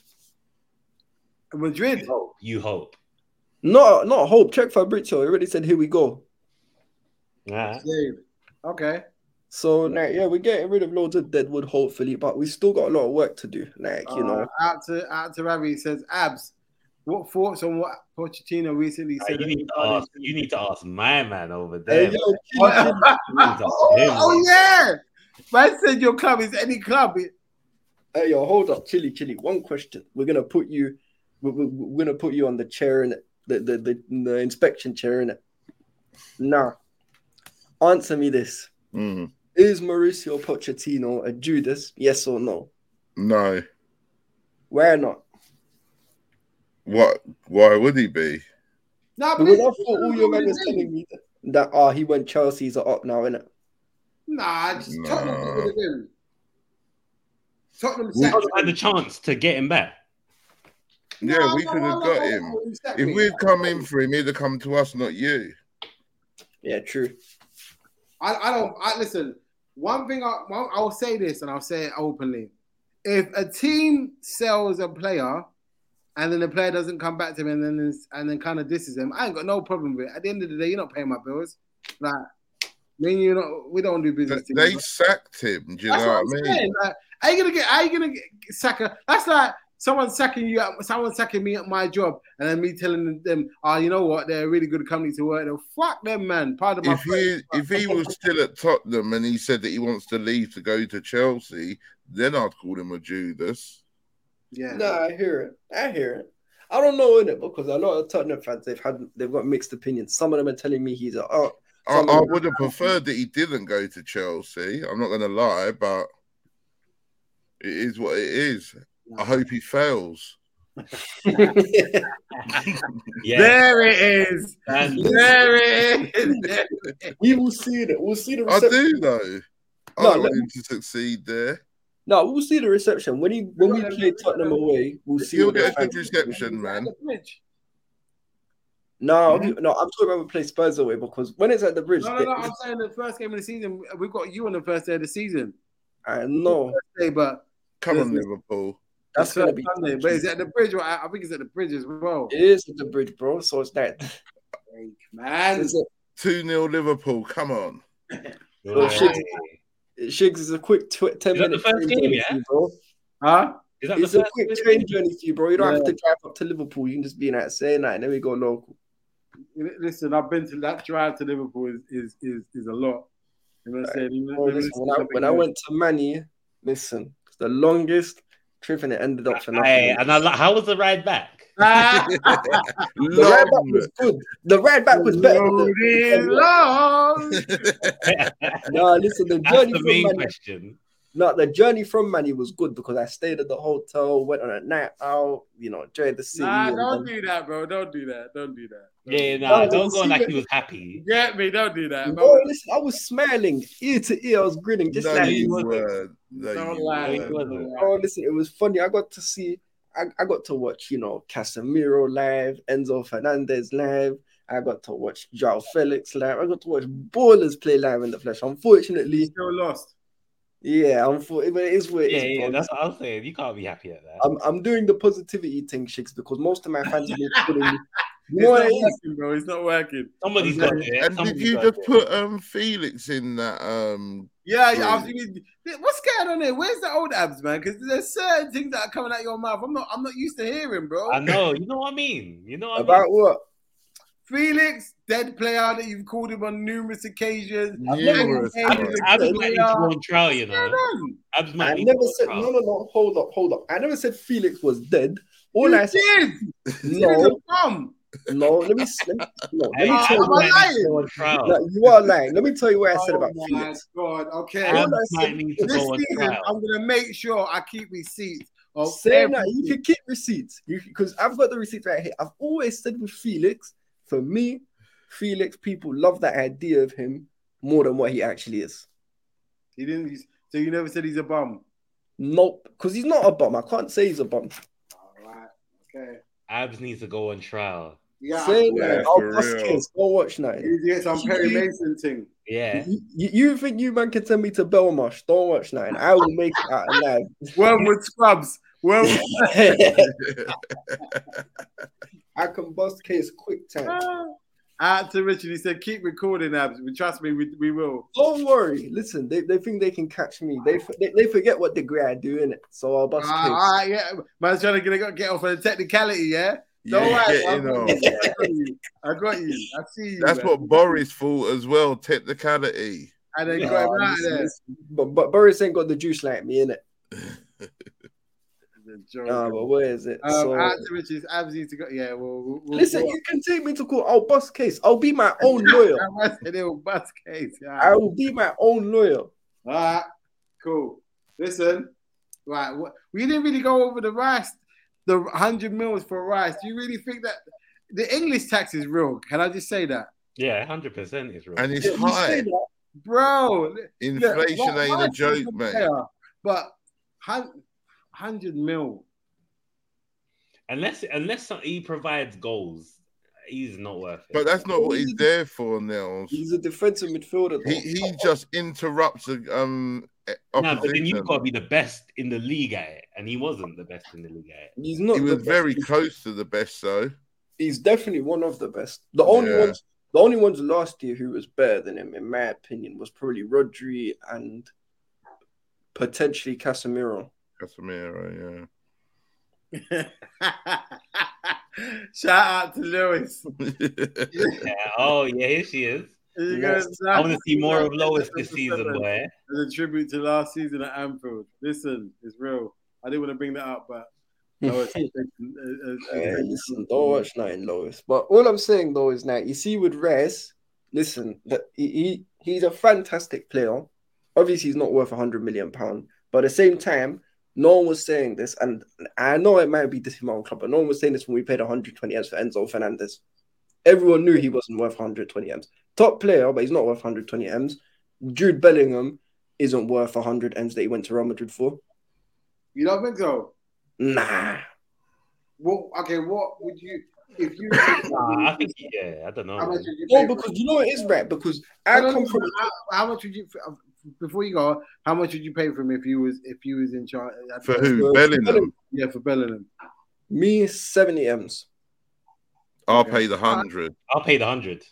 Speaker 1: Madrid.
Speaker 3: hope. You hope.
Speaker 4: Not not hope. Check Fabrizio. He already said here we go.
Speaker 3: Nah.
Speaker 1: Shame. Okay.
Speaker 4: So like, yeah, we're getting rid of loads of deadwood, hopefully, but we still got a lot of work to do. Like, you know.
Speaker 1: Uh, out to out to Ravi he says abs. What thoughts on what Pochettino recently
Speaker 3: Nah,
Speaker 1: said?
Speaker 3: you need to ask. You need to ask my man over
Speaker 4: Hey,
Speaker 3: there.
Speaker 4: yo,
Speaker 3: man.
Speaker 4: chill, chill.
Speaker 3: You need to ask
Speaker 1: [LAUGHS] oh,
Speaker 3: him,
Speaker 1: oh,
Speaker 3: man.
Speaker 1: yeah. Man said your club is any club. It-
Speaker 4: Hey, yo, hold up, Chili, Chili. One question. We're gonna put you. We're, we're, we're gonna put you on the chair in it, the the, the, the inspection chair in it. Now, answer me this:
Speaker 2: Mm.
Speaker 4: Is Mauricio Pochettino a Judas? Yes or no?
Speaker 2: No.
Speaker 4: Why not?
Speaker 2: What? Why would he be?
Speaker 1: No, but
Speaker 4: Because I
Speaker 1: it's-
Speaker 4: thought all your man was telling me that, that ah, he went Chelsea's are up now, innit?
Speaker 1: Nah, just
Speaker 2: Nah.
Speaker 1: Tottenham got rid of him. Tottenam
Speaker 2: We-
Speaker 1: sacked
Speaker 3: Tottenham had the
Speaker 1: him.
Speaker 3: chance to get him back.
Speaker 2: Yeah,
Speaker 1: Nah,
Speaker 2: we
Speaker 1: nah,
Speaker 2: could
Speaker 1: nah,
Speaker 2: have
Speaker 1: nah,
Speaker 2: got
Speaker 1: nah,
Speaker 2: him.
Speaker 1: nah, he sacked
Speaker 2: If
Speaker 1: me.
Speaker 2: we'd come in for him, he'd have come to us, not you.
Speaker 4: Yeah, true.
Speaker 1: I, I don't. I listen. One thing I one, I'll say this, and I'll say it openly: if a team sells a player, and then the player doesn't come back to him, and then is- and then kind of disses him, I ain't got no problem with it. At the end of the day, you're not paying my bills. Like, me and you, not, we don't do
Speaker 2: They,
Speaker 1: business. together.
Speaker 2: they sacked him. Do you
Speaker 1: That's
Speaker 2: know
Speaker 1: what
Speaker 2: what
Speaker 1: I'm
Speaker 2: I mean?
Speaker 1: saying. Like, are you gonna get? Are you gonna get sack a- That's like someone sacking you. At, someone sacking me at my job, and then me telling them, "Oh, you know what? They're a really good company to work." With. Fuck them, man. Pardon my.
Speaker 2: If he if he was still at Tottenham and he said that he wants to leave to go to Chelsea, then I'd call him a Judas.
Speaker 1: yeah.
Speaker 4: No, I hear it. I hear it. I don't know in it because a lot of Tottenham fans they've had they've got mixed opinions. Some of them are telling me he's a oh,
Speaker 2: I,
Speaker 4: Some-
Speaker 2: I would have preferred that he didn't go to Chelsea. I'm not going to lie, but it is what it is. I hope he fails.
Speaker 3: Yeah,
Speaker 1: There it is.
Speaker 3: and
Speaker 1: There it is.
Speaker 4: we will see it. We'll see the
Speaker 2: I
Speaker 4: reception.
Speaker 2: do though. I
Speaker 4: No,
Speaker 2: don't
Speaker 4: look-
Speaker 2: want him to succeed there.
Speaker 4: No, we'll see the reception when he when we
Speaker 1: Yeah,
Speaker 4: play
Speaker 1: yeah,
Speaker 4: Tottenham
Speaker 1: yeah.
Speaker 4: away. We'll see.
Speaker 2: He'll
Speaker 4: what the
Speaker 2: get a
Speaker 4: fans
Speaker 2: good
Speaker 4: think.
Speaker 2: reception, man.
Speaker 4: No, no, I'm talking about we play Spurs away because when it's at the bridge,
Speaker 1: No, no, no. I'm saying the first game of the season, we've got you on the first day of the season.
Speaker 4: I know
Speaker 1: Hey, but
Speaker 2: Come on,
Speaker 1: Yes, yes.
Speaker 2: Liverpool.
Speaker 4: that's
Speaker 1: it's
Speaker 4: gonna
Speaker 1: first
Speaker 4: be.
Speaker 1: Sunday. But is it at the bridge? Or I I think it's at the bridge as well.
Speaker 4: It is at the bridge, bro. So it's that.
Speaker 1: Man,
Speaker 4: It's a-
Speaker 2: Two 0 Liverpool. Come on.
Speaker 4: Oh, shit.
Speaker 3: Right.
Speaker 4: Shigs is a quick tw- ten
Speaker 3: Is that
Speaker 4: minute
Speaker 3: the first
Speaker 4: train
Speaker 3: game,
Speaker 4: journey
Speaker 3: yeah?
Speaker 4: for you, bro.
Speaker 1: huh?
Speaker 3: Is that the
Speaker 4: It's a
Speaker 3: first
Speaker 4: quick
Speaker 3: game?
Speaker 4: train journey for you, bro. You don't have
Speaker 1: Yeah.
Speaker 4: to drive up to Liverpool. You can just be in that saying that, and then we go local.
Speaker 1: Listen, I've been to that drive to Liverpool is is is, is a lot. You know what I'm saying? Even-
Speaker 4: Bro,
Speaker 1: even
Speaker 4: listen, when I,
Speaker 1: if-
Speaker 4: when I went to Manny, listen, it's the longest trip, and it ended up for nothing.
Speaker 3: Hey, and I like, how was the ride back?
Speaker 1: Ah,
Speaker 4: [LAUGHS] The ride back
Speaker 2: Long.
Speaker 4: was good. The ride back was better. Than
Speaker 1: road is
Speaker 4: the,
Speaker 1: long.
Speaker 4: [LAUGHS]
Speaker 3: That's
Speaker 4: no, listen, the journey
Speaker 3: the
Speaker 4: from
Speaker 3: main
Speaker 4: Manny,
Speaker 3: question.
Speaker 4: no, the journey from Manny was good because I stayed at the hotel, went on a night out, you know, enjoyed the city.
Speaker 1: Nah,
Speaker 4: and
Speaker 1: don't
Speaker 4: then-
Speaker 1: do that, bro. Don't do that. Don't do that.
Speaker 3: Yeah, yeah,
Speaker 4: No,
Speaker 3: nah,
Speaker 4: but
Speaker 3: don't
Speaker 4: you
Speaker 3: go on
Speaker 4: see
Speaker 3: like
Speaker 4: that-
Speaker 3: he was happy.
Speaker 1: Get me? Don't do that.
Speaker 4: Bro,
Speaker 1: Bro.
Speaker 4: listen, I was smiling ear to ear. I was grinning, just
Speaker 2: no,
Speaker 4: like
Speaker 2: you
Speaker 3: wasn't.
Speaker 2: were. No,
Speaker 1: Don't
Speaker 2: you
Speaker 1: lie.
Speaker 2: weren't.
Speaker 1: Don't lie.
Speaker 4: Oh, listen, it was funny. I got to see, I, I got to watch, you know, Casemiro live, Enzo Fernandez live. I got to watch Joao Felix live. I got to watch ballers play live in the flesh. Unfortunately,
Speaker 1: Still lost.
Speaker 4: yeah, unfortunately, it is what it
Speaker 3: Yeah,
Speaker 4: is.
Speaker 3: yeah,
Speaker 4: bro.
Speaker 3: that's what I was saying. You can't be happy at that.
Speaker 4: I'm, I'm doing the positivity thing, Shicks, because most of my fans have been
Speaker 1: [LAUGHS]
Speaker 4: putting me. You
Speaker 1: It's
Speaker 4: know what
Speaker 1: not
Speaker 4: it is?
Speaker 1: working, bro. It's not working.
Speaker 3: Somebody's got it.
Speaker 2: And did
Speaker 3: somebody's
Speaker 2: you
Speaker 3: got
Speaker 2: just
Speaker 3: it.
Speaker 2: put um Felix in that um
Speaker 1: Yeah, yeah.
Speaker 2: Yeah.
Speaker 1: I was thinking, what's going on here? Where's the old abs, man? Because there's certain things that are coming out your mouth. I'm not. I'm not used to hearing, bro.
Speaker 3: I know. You know what I mean. You know what I mean.
Speaker 4: About what?
Speaker 1: Felix, dead player that you've called him on numerous occasions.
Speaker 2: numerous
Speaker 1: I've never-
Speaker 2: times?
Speaker 3: Abs
Speaker 1: Yeah.
Speaker 3: might need to go on trial. You know.
Speaker 1: Done.
Speaker 3: Abs might
Speaker 4: I
Speaker 3: need to
Speaker 4: never
Speaker 3: go on
Speaker 4: said,
Speaker 3: trial.
Speaker 4: no, no, no, hold up, hold up. I never said Felix was dead. All
Speaker 1: You [LAUGHS]
Speaker 4: I said,
Speaker 1: did. He was a
Speaker 4: no,
Speaker 1: bum.
Speaker 4: no, let me, let me, no, let
Speaker 3: Hey,
Speaker 4: me
Speaker 1: Oh,
Speaker 3: Abs
Speaker 4: tell
Speaker 1: am
Speaker 4: you.
Speaker 1: I
Speaker 3: might need to
Speaker 1: lying?
Speaker 3: go on trial.
Speaker 4: No, you are lying. Let me tell you what I said
Speaker 1: Oh
Speaker 4: about
Speaker 1: my
Speaker 4: Felix.
Speaker 1: god. Okay.
Speaker 4: I
Speaker 3: Abs might
Speaker 4: said
Speaker 3: need to
Speaker 1: this
Speaker 3: go on
Speaker 1: season,
Speaker 3: trial.
Speaker 1: I'm gonna make sure I keep receipts. Of every-
Speaker 4: Saying that you can keep receipts, because I've got the receipts right here. I've always said with Felix, for me, Felix, people love that idea of him more than what he actually is.
Speaker 1: He didn't. he's- So you never said he's a bum.
Speaker 4: Nope, because he's not a bum. I can't say he's a bum.
Speaker 1: All right. Okay.
Speaker 3: Abs needs to go on trial.
Speaker 1: Yeah.
Speaker 4: Saying
Speaker 2: yeah,
Speaker 4: that, I'll
Speaker 2: for
Speaker 4: bust
Speaker 2: real.
Speaker 4: kids. Go watch now. You,
Speaker 1: You get some Perry Mason [LAUGHS] thing.
Speaker 3: Yeah.
Speaker 4: you- you think you man can send me to Belmarsh? Don't watch nothing. I will make it out alive.
Speaker 1: Wormwood Scrubs. Well,
Speaker 4: I can bust case quick time.
Speaker 1: [LAUGHS] out to Richard. He said, "Keep recording, abs. We trust me. We, we will."
Speaker 4: [LAUGHS] Don't worry. Listen, they, they think they can catch me. They f- they, they forget what the grad do in it. So I'll bust
Speaker 1: Ah,
Speaker 4: case.
Speaker 1: all right, yeah. Man's trying to get, got- get off of the technicality, yeah. Don't
Speaker 2: Yeah,
Speaker 1: worry,
Speaker 2: yeah, you know.
Speaker 1: I got you. I got you. I see you.
Speaker 2: That's
Speaker 1: man.
Speaker 2: what Boris thought as well. Technicality.
Speaker 1: And then
Speaker 4: Nah,
Speaker 1: got him out of
Speaker 4: listen,
Speaker 1: there.
Speaker 4: listen. But but Boris ain't got the juice like me in it.
Speaker 1: The joke.
Speaker 4: Nah, but where is it?
Speaker 1: Um,
Speaker 4: So-
Speaker 1: out to Richard's abs needs to go. Yeah, well, we'll, we'll
Speaker 4: listen, you can take me to court. I'll bust case. I'll be my own lawyer.
Speaker 1: [LAUGHS] I said it was bus case. Yeah.
Speaker 4: I will be my own lawyer.
Speaker 1: All right, cool. Listen, right, wha- we didn't really go over the rice, the hundred mils for rice. Do you really think that the English tax is real? Can I just say that,
Speaker 3: Yeah, hundred percent is real.
Speaker 2: And it's
Speaker 4: You say
Speaker 2: high.
Speaker 4: that,
Speaker 1: bro?
Speaker 2: Inflation
Speaker 1: Look,
Speaker 2: ain't a
Speaker 1: rice
Speaker 2: joke,
Speaker 1: is
Speaker 2: mate.
Speaker 1: fair, But hundred mil, [LAUGHS]
Speaker 3: unless unless some, he provides goals, he's not worth it.
Speaker 2: But that's not what he's there for now.
Speaker 4: He's a defensive midfielder. though.
Speaker 2: He he just interrupts the um
Speaker 3: no, but then
Speaker 2: opposition.
Speaker 3: you've got to be the best in the league at it, and he wasn't the best in the league at it.
Speaker 4: He's not.
Speaker 2: He
Speaker 4: the
Speaker 2: was
Speaker 4: best.
Speaker 2: very close to the best though.
Speaker 4: He's definitely one of the best. The only
Speaker 2: Yeah.
Speaker 4: ones, the only ones last year who was better than him, in my opinion, was probably Rodri and potentially Casemiro.
Speaker 2: Casemiro, yeah.
Speaker 1: shout out to Lewis.
Speaker 2: yeah,
Speaker 3: Yeah, Oh yeah, here she is.
Speaker 1: You
Speaker 4: Yes.
Speaker 1: guys-
Speaker 3: I want to
Speaker 1: [LAUGHS]
Speaker 3: see more of Lois this season, boy.
Speaker 1: As a tribute to last season at Anfield. Listen, it's real. I didn't want to bring that up,
Speaker 3: [LAUGHS]
Speaker 1: but I was
Speaker 4: Yeah, listen, don't watch nothing, Lois. But all I'm saying though is now you see with Rez, listen, that he, he he's a fantastic player. Obviously, he's not worth a hundred million pound, but at the same time, no one was saying this, and I know it might be this in my own club, but no one was saying this when we paid 120 m's for Enzo Fernandez. Everyone knew he wasn't worth 120 m's. Top player, but he's not worth 120 m's. Jude Bellingham isn't worth 100 m's that he went to Real Madrid for.
Speaker 1: You don't think so?
Speaker 4: Nah.
Speaker 1: Well, okay, what would you if you?
Speaker 3: Nah, I think yeah, I don't know.
Speaker 1: how much
Speaker 3: man.
Speaker 1: would you
Speaker 4: No,
Speaker 1: pay?
Speaker 4: because you know it is right. Because
Speaker 1: I
Speaker 4: I
Speaker 1: don't
Speaker 4: come
Speaker 1: know,
Speaker 4: from
Speaker 1: how, how much would you uh, before you go? How much would you pay for him if you was if you was in charge?
Speaker 2: [LAUGHS]
Speaker 1: uh,
Speaker 2: For who? Bellingham.
Speaker 1: Yeah, for Bellingham.
Speaker 4: Me, 70 M's.
Speaker 2: I'll pay the hundred.
Speaker 3: I'll pay the hundred.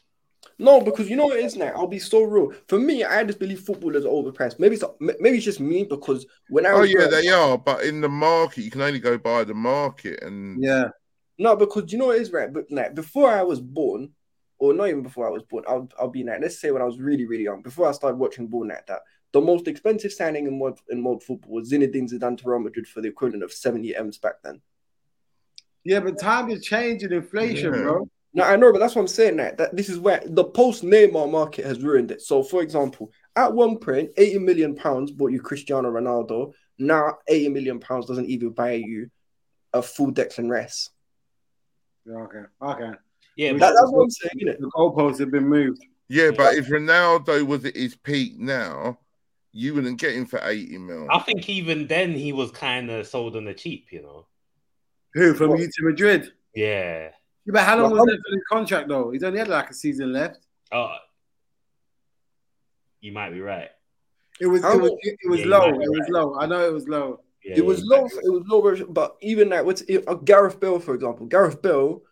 Speaker 4: No, because you know what it is now. I'll be so real. For me, I just believe football is overpriced. Maybe it's m- maybe it's just me because when I
Speaker 2: Oh
Speaker 4: was
Speaker 2: yeah,
Speaker 4: growing-
Speaker 2: they are, but in the market you can only go by the market and
Speaker 1: Yeah,
Speaker 4: no, because you know what it is right. But like before I was born, or not even before I was born, I'll I'll be like let's say when I was really really young, before I started watching ball like that, the most expensive signing in world in world football was Zinedine Zidane to Real Madrid for the equivalent of 70 M's back then.
Speaker 1: yeah, but times are changing, inflation,
Speaker 2: Yeah.
Speaker 1: bro.
Speaker 4: No, I know, but that's what I'm saying. That, that this is where the post Neymar market has ruined it. So, for example, at one point, 80 million pounds bought you Cristiano Ronaldo. Now, 80 million pounds doesn't even buy you a full Declan Rice.
Speaker 1: Yeah, okay, okay.
Speaker 3: Yeah,
Speaker 1: We-
Speaker 4: That,
Speaker 3: but
Speaker 4: that's what I'm saying. Innit?
Speaker 1: The goalposts have been moved.
Speaker 2: yeah, but if Ronaldo was at his peak now, you wouldn't get him for eighty mil.
Speaker 3: I think even then he was kind of sold on the cheap, you know.
Speaker 1: Who from
Speaker 4: What?
Speaker 1: you to Madrid?
Speaker 3: Yeah.
Speaker 1: Yeah, but how long
Speaker 4: Well,
Speaker 1: was left on his contract though? He's only had like a season left.
Speaker 3: Oh, you might be right.
Speaker 1: It was
Speaker 4: How
Speaker 1: it was
Speaker 4: long-
Speaker 1: it was
Speaker 3: Yeah,
Speaker 1: low.
Speaker 3: you're
Speaker 1: It was low. I know it was low.
Speaker 3: Yeah,
Speaker 4: It was
Speaker 3: yeah.
Speaker 4: low. It was low. version- But even like what's uh, Gareth Bale, for example, Gareth Bale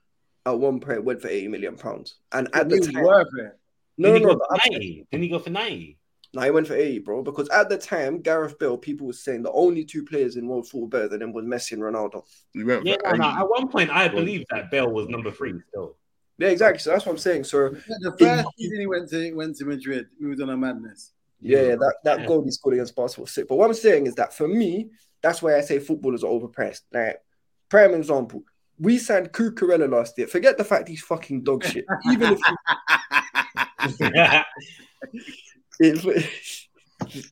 Speaker 4: at one point went for 80 million pounds, and at
Speaker 1: it
Speaker 4: the
Speaker 1: was
Speaker 4: time,
Speaker 1: worth it.
Speaker 4: no, no,
Speaker 3: Didn't he
Speaker 4: no,
Speaker 3: go
Speaker 4: but
Speaker 3: for
Speaker 4: I'm-
Speaker 3: 90? Didn't he go for 90?
Speaker 4: No, he went for 80, bro. Because at the time, Gareth Bale, people were saying the only two players in world football better than him was Messi and Ronaldo.
Speaker 2: You
Speaker 1: [LAUGHS]
Speaker 2: went
Speaker 3: Yeah,
Speaker 2: for
Speaker 3: no, no,
Speaker 2: 80.
Speaker 3: at one point I believed that Bell was number three still. [LAUGHS]
Speaker 4: Yeah, exactly. So that's what I'm saying. So
Speaker 1: The first season he went to went to Madrid, he was on a
Speaker 3: [LAUGHS]
Speaker 1: madness.
Speaker 4: yeah, Mm. yeah that, that
Speaker 3: Yeah.
Speaker 4: goal he scored against Barcelona was sick. But what I'm saying is that for me, that's why I say footballers are overpriced. Like, prime example, we signed Cucurella last year. Forget the fact he's fucking dog shit. [LAUGHS] Even if if, [LAUGHS]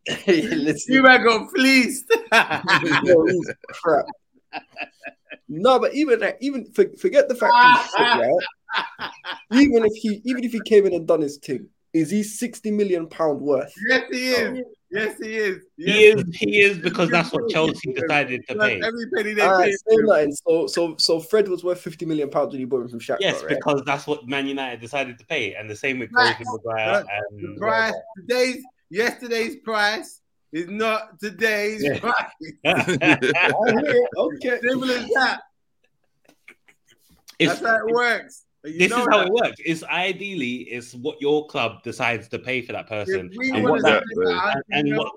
Speaker 4: Hey, listen.
Speaker 1: you man got fleeced.
Speaker 4: No, he's crap. No, but even that, even for, forget the fact he's [LAUGHS] sick, right? Even if he even if he came in and done his thing, is he sixty million pound worth?
Speaker 1: yes, he is. Yes, he is. Yes.
Speaker 3: Oh. he is he is because that's what Chelsea decided to
Speaker 1: That's
Speaker 3: pay.
Speaker 1: Every penny they
Speaker 4: Alright,
Speaker 1: paid.
Speaker 4: say nothing. So so so Fred was worth fifty million pounds when he bought him from Shakhtar,
Speaker 3: Yes,
Speaker 4: right?
Speaker 3: because that's what Man United decided to pay, and the same with
Speaker 1: Right.
Speaker 3: Kobe Maguire
Speaker 1: Right.
Speaker 3: and
Speaker 1: price today's yesterday's price It's not today's
Speaker 3: Yeah. [LAUGHS]
Speaker 1: right.
Speaker 4: I hear it. Okay.
Speaker 1: Simple as that. That's
Speaker 3: It's-
Speaker 1: how it works. And you
Speaker 3: this is
Speaker 1: know
Speaker 3: how
Speaker 1: that.
Speaker 3: it works. It's ideally it's what your club decides to pay for that person.
Speaker 1: If we
Speaker 3: and
Speaker 2: wanna
Speaker 1: want
Speaker 3: what
Speaker 1: to
Speaker 3: that,
Speaker 1: sell
Speaker 2: that-
Speaker 1: it,
Speaker 3: and, and what,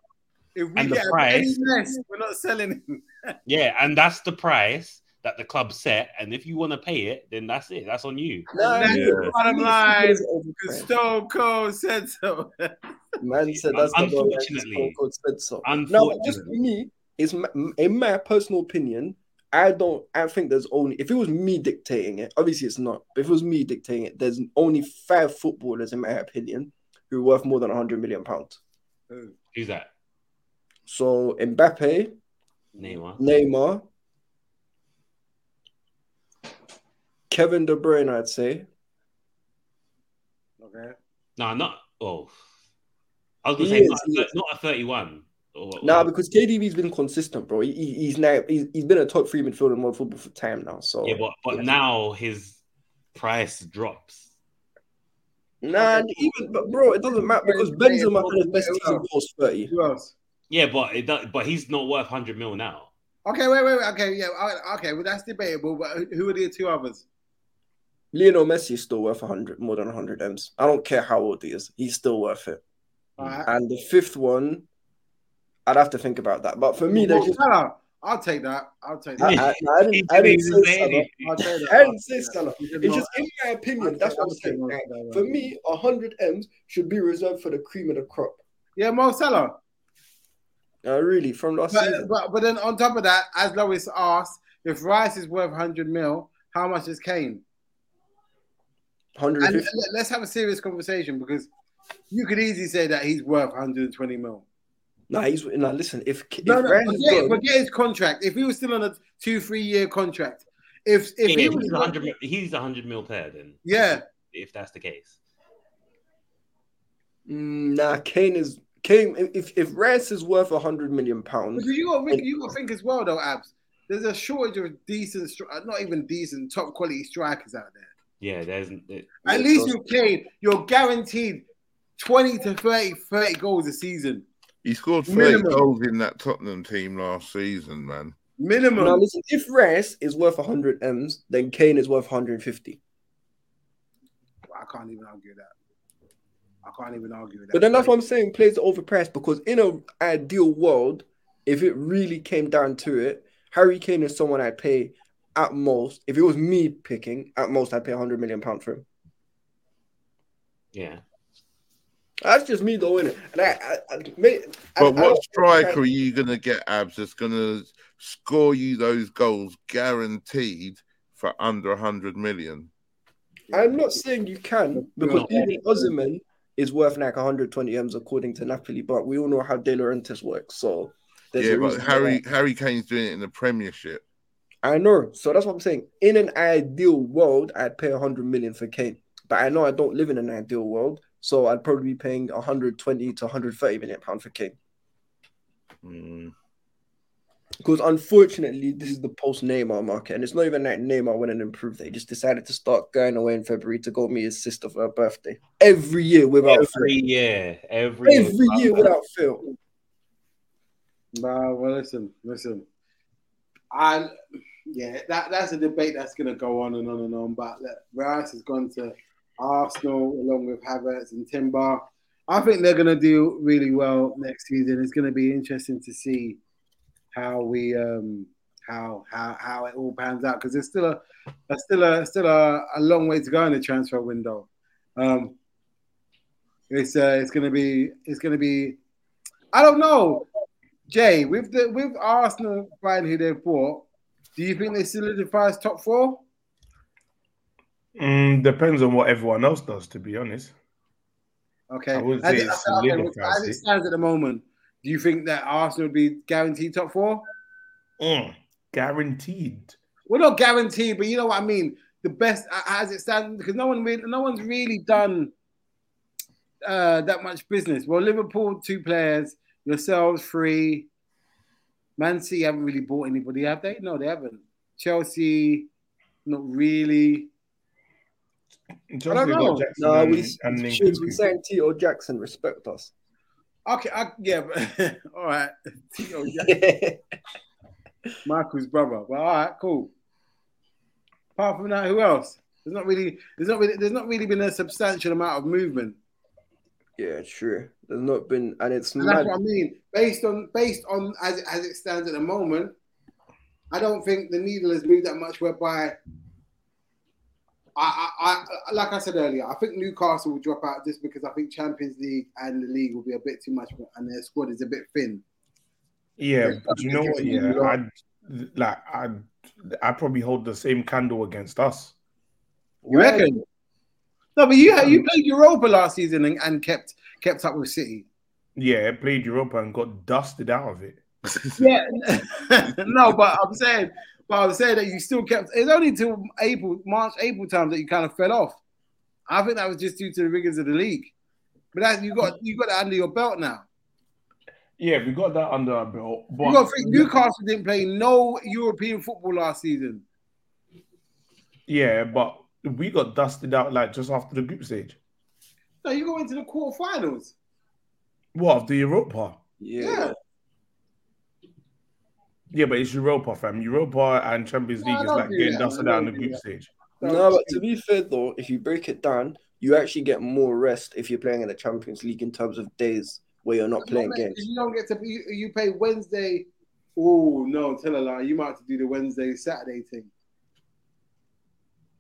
Speaker 1: if we
Speaker 3: and the
Speaker 1: get a
Speaker 3: price-
Speaker 1: penny less, we're not selling him.
Speaker 3: yeah, and that's the price that the club set. And if you want to pay it, then that's it. That's on you.
Speaker 4: No,
Speaker 1: That's
Speaker 2: Yeah.
Speaker 1: the bottom line.
Speaker 4: It's
Speaker 1: Because
Speaker 4: overpriced.
Speaker 1: Stone Cold said so.
Speaker 4: Man said that's the one that
Speaker 3: Unfortunately.
Speaker 4: Stone Cold said so. No, but just for
Speaker 3: Unfortunately,
Speaker 4: me, it's my, in my personal opinion. I don't. I think there's only if it was me dictating it. Obviously, it's not. But if it was me dictating it, there's only five footballers, in my opinion, who are worth more than 100 million pounds.
Speaker 3: who's that?
Speaker 4: So Mbappe,
Speaker 3: Neymar.
Speaker 4: Neymar, Kevin De Bruyne, I'd say.
Speaker 1: [LAUGHS] Okay.
Speaker 3: No, not. Oh, I was gonna
Speaker 4: He
Speaker 3: say
Speaker 4: is,
Speaker 3: not,
Speaker 4: he
Speaker 3: a-
Speaker 4: is.
Speaker 3: not a thirty-one. Or, or-
Speaker 4: Nah, because KDB's been consistent, bro. He, he- he's now he's, he's been a top three midfielder in world football for time now. So
Speaker 3: yeah, but but
Speaker 4: Yeah.
Speaker 3: now his price drops.
Speaker 4: nah, and even but bro, it doesn't matter because Benzema had his best season goals thirty.
Speaker 1: Who else?
Speaker 3: Yeah, but it does, but he's not worth hundred mil now.
Speaker 1: Okay, wait, wait, wait. Okay, yeah. all- Okay, well, that's debatable, but who- who are the two others?
Speaker 4: Lionel Messi is still worth hundred more than hundred m's. I don't care how old he is, he's still worth it.
Speaker 1: All right.
Speaker 4: And the fifth one, I'd have to think about that. But for me, there's just
Speaker 1: Salah. I'll take that. I'll take
Speaker 4: I,
Speaker 1: that.
Speaker 4: I, I didn't, I didn't say Salah.
Speaker 1: I'll take that.
Speaker 4: I didn't say Salah.
Speaker 1: You did
Speaker 4: It's
Speaker 1: not.
Speaker 4: just in my opinion. That's what I'm saying. right?
Speaker 1: Salah.
Speaker 4: For me, hundred m's should be reserved for the cream of the crop.
Speaker 1: yeah, Mo Salah.
Speaker 4: Uh, really, from last
Speaker 1: But,
Speaker 4: season.
Speaker 1: but, but then on top of that, as Lois asked, if Rice is worth 100 mil, how much is Kane? And uh,
Speaker 4: 150.
Speaker 1: let- let's have a serious conversation because you could easily say that he's worth 120 mil.
Speaker 4: Nah, he's nah. Listen, if if
Speaker 1: uh, No, no,
Speaker 4: Ryan is
Speaker 1: forget,
Speaker 4: gone,
Speaker 1: forget his contract. If he was still on a two, three year contract, if if
Speaker 3: Yeah,
Speaker 1: he
Speaker 3: he's
Speaker 1: was
Speaker 3: a hundred. mil- He's a hundred mil player then.
Speaker 1: yeah,
Speaker 3: if that's the case.
Speaker 4: Mm, nah, Kane is Kane. If if Rice is worth hundred million
Speaker 1: because
Speaker 4: pounds,
Speaker 1: you got to you got to think as well though, Abs. There's a shortage of decent, stri- uh, not even decent, top quality strikers out there.
Speaker 3: Yeah, there's it-
Speaker 1: At
Speaker 4: Yeah,
Speaker 1: least
Speaker 4: so-
Speaker 1: with Kane, you're guaranteed 20 to 30, 30 goals a season
Speaker 2: He scored 30
Speaker 1: Minimum.
Speaker 2: goals in that Tottenham team last season, man.
Speaker 1: minimum.
Speaker 4: now listen. If Rice is worth hundred m's, then Kane is worth hundred fifty.
Speaker 1: I can't even argue that. I can't even argue that.
Speaker 4: But then that's what I'm saying. Players are overpriced because in an ideal world, if it really came down to it, Harry Kane is someone I'd pay at most. If it was me picking, at most I'd pay hundred million pounds for him.
Speaker 3: yeah.
Speaker 4: That's just me though, innit? And I, I, I, mate, I-
Speaker 2: But
Speaker 4: I
Speaker 2: what
Speaker 4: don't-
Speaker 2: striker are you going to get, Abs, that's going to score you those goals guaranteed for under 100 million?
Speaker 4: I'm not saying you can because
Speaker 1: Yeah.
Speaker 4: even Ozyman is worth like 120 m's according to Napoli, but we all know how De Laurentiis works. So there's
Speaker 2: yeah,
Speaker 4: a
Speaker 2: but
Speaker 4: reason for
Speaker 2: Harry
Speaker 4: that.
Speaker 2: Harry Kane's doing it in the Premiership.
Speaker 4: I know. So that's what I'm saying. In an ideal world, I'd pay 100 million for Kane, but I know I don't live in an ideal world, so I'd probably be paying 120 to 130 million pound for Kane.
Speaker 2: Mm.
Speaker 4: Because unfortunately, this is the post Neymar market, and it's not even like Neymar went and improved. They just decided to start going away in February to go meet his sister for her birthday every year without
Speaker 3: Every year, every,
Speaker 4: fail. Every year without fail.
Speaker 1: No, well, listen, listen. I, yeah, that, that's a debate that's going to go on and on and on. But look, Rice has gone to Arsenal along with Havertz and Timber. I think they're going to do really well next season. It's going to be interesting to see how we um how how how it all pans out because there's still a, a still a still a, a long way to go in the transfer window. Um, it's uh, it's going to be it's going to be. I don't know. Jay, with the with Arsenal buying who they bought, do you think they solidifies top four?
Speaker 5: Mm, depends on what everyone else does, to be honest.
Speaker 1: Okay.
Speaker 5: I wouldn't
Speaker 1: As
Speaker 5: say
Speaker 1: it-
Speaker 5: it
Speaker 1: okay,
Speaker 5: solidifies
Speaker 1: as it
Speaker 5: it.
Speaker 1: stands at the moment, do you think that Arsenal would be guaranteed top four?
Speaker 5: Mm, guaranteed.
Speaker 1: Well, not guaranteed, but you know what I mean. The best a- as it stands, because no one really, no one's really done uh, that much business. Well, Liverpool two players, yourselves three. Man City haven't really bought anybody, have they? No, they haven't. Chelsea, not really.
Speaker 5: Chelsea got
Speaker 1: know.
Speaker 5: Jackson
Speaker 4: No,
Speaker 5: and-
Speaker 4: we,
Speaker 5: and
Speaker 4: should we [LAUGHS]
Speaker 5: Nkunku.
Speaker 4: saying T.O. Jackson respect us?
Speaker 1: Okay, I, yeah, but, [LAUGHS] all right. Tito Jack- Michael's brother. Well, all right, cool. Apart from that, who else? There's not really, there's not really, there's not really been a substantial amount of movement.
Speaker 4: yeah, true. There's not been, and it's
Speaker 1: And
Speaker 4: mad.
Speaker 1: that's what I mean. Based on based on as as it stands at the moment, I don't think the needle has moved that much. Whereby, I, I, I like I said earlier, I think Newcastle will drop out just because I think Champions League and the league will be a bit too much, and their squad is a bit thin.
Speaker 5: Yeah,
Speaker 1: Yeah,
Speaker 5: but you know what?
Speaker 1: because you
Speaker 5: Yeah,
Speaker 1: lot-
Speaker 5: I'd, like I'd, I probably hold the same candle against us.
Speaker 1: You reckon? No, but you you played Europa last season and, and kept kept up with City.
Speaker 5: Yeah, played Europa and got dusted out of it.
Speaker 1: Yeah. [LAUGHS] no, but I'm saying, but I'm saying that you still kept. It's only till April, March, April time that you kind of fell off. I think that was just due to the rigors of the league. But that you got you got that under your belt now.
Speaker 5: Yeah, we got that under our belt. But
Speaker 1: You got to think Newcastle didn't play no European football last season.
Speaker 5: yeah, but we got dusted out like just after the group stage.
Speaker 1: No, you go into the quarterfinals.
Speaker 5: What of the Europa?
Speaker 1: Yeah.
Speaker 4: Yeah.
Speaker 5: Yeah, but it's Europa, fam. Europa and Champions
Speaker 1: No,
Speaker 5: League is
Speaker 1: don't
Speaker 5: like
Speaker 1: do
Speaker 5: getting
Speaker 1: that.
Speaker 5: dusted
Speaker 1: Don't
Speaker 5: out in the
Speaker 1: do
Speaker 5: group
Speaker 1: that.
Speaker 5: stage.
Speaker 4: No, but to be fair though, if you break it down, you actually get more rest if you're playing in the Champions League in terms of days where you're not playing games.
Speaker 1: You don't get to you, you play Wednesday. Oh no, tell a lie. You might have to do the Wednesday Saturday thing.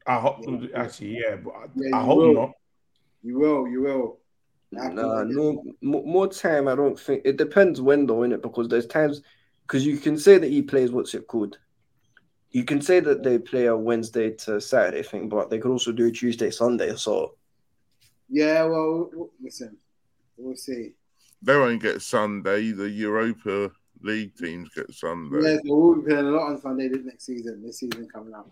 Speaker 5: I hope
Speaker 1: Yeah.
Speaker 5: actually, yeah, but I,
Speaker 1: Yeah,
Speaker 5: I
Speaker 1: you
Speaker 5: hope
Speaker 1: will.
Speaker 5: not.
Speaker 1: You will, you will.
Speaker 4: Nah, no, mo- more time. I don't think it depends when though, innit? Because there's times because you can say that he plays what's it called. You can say that they play a Wednesday to Saturday thing, but they could also do a Tuesday Sunday. So
Speaker 1: Yeah, well, w- w- listen, we'll see.
Speaker 2: They won't get Sunday. The Europa League teams get Sunday.
Speaker 1: Yeah, so we'll be playing a lot on Sunday this next season. This season coming up,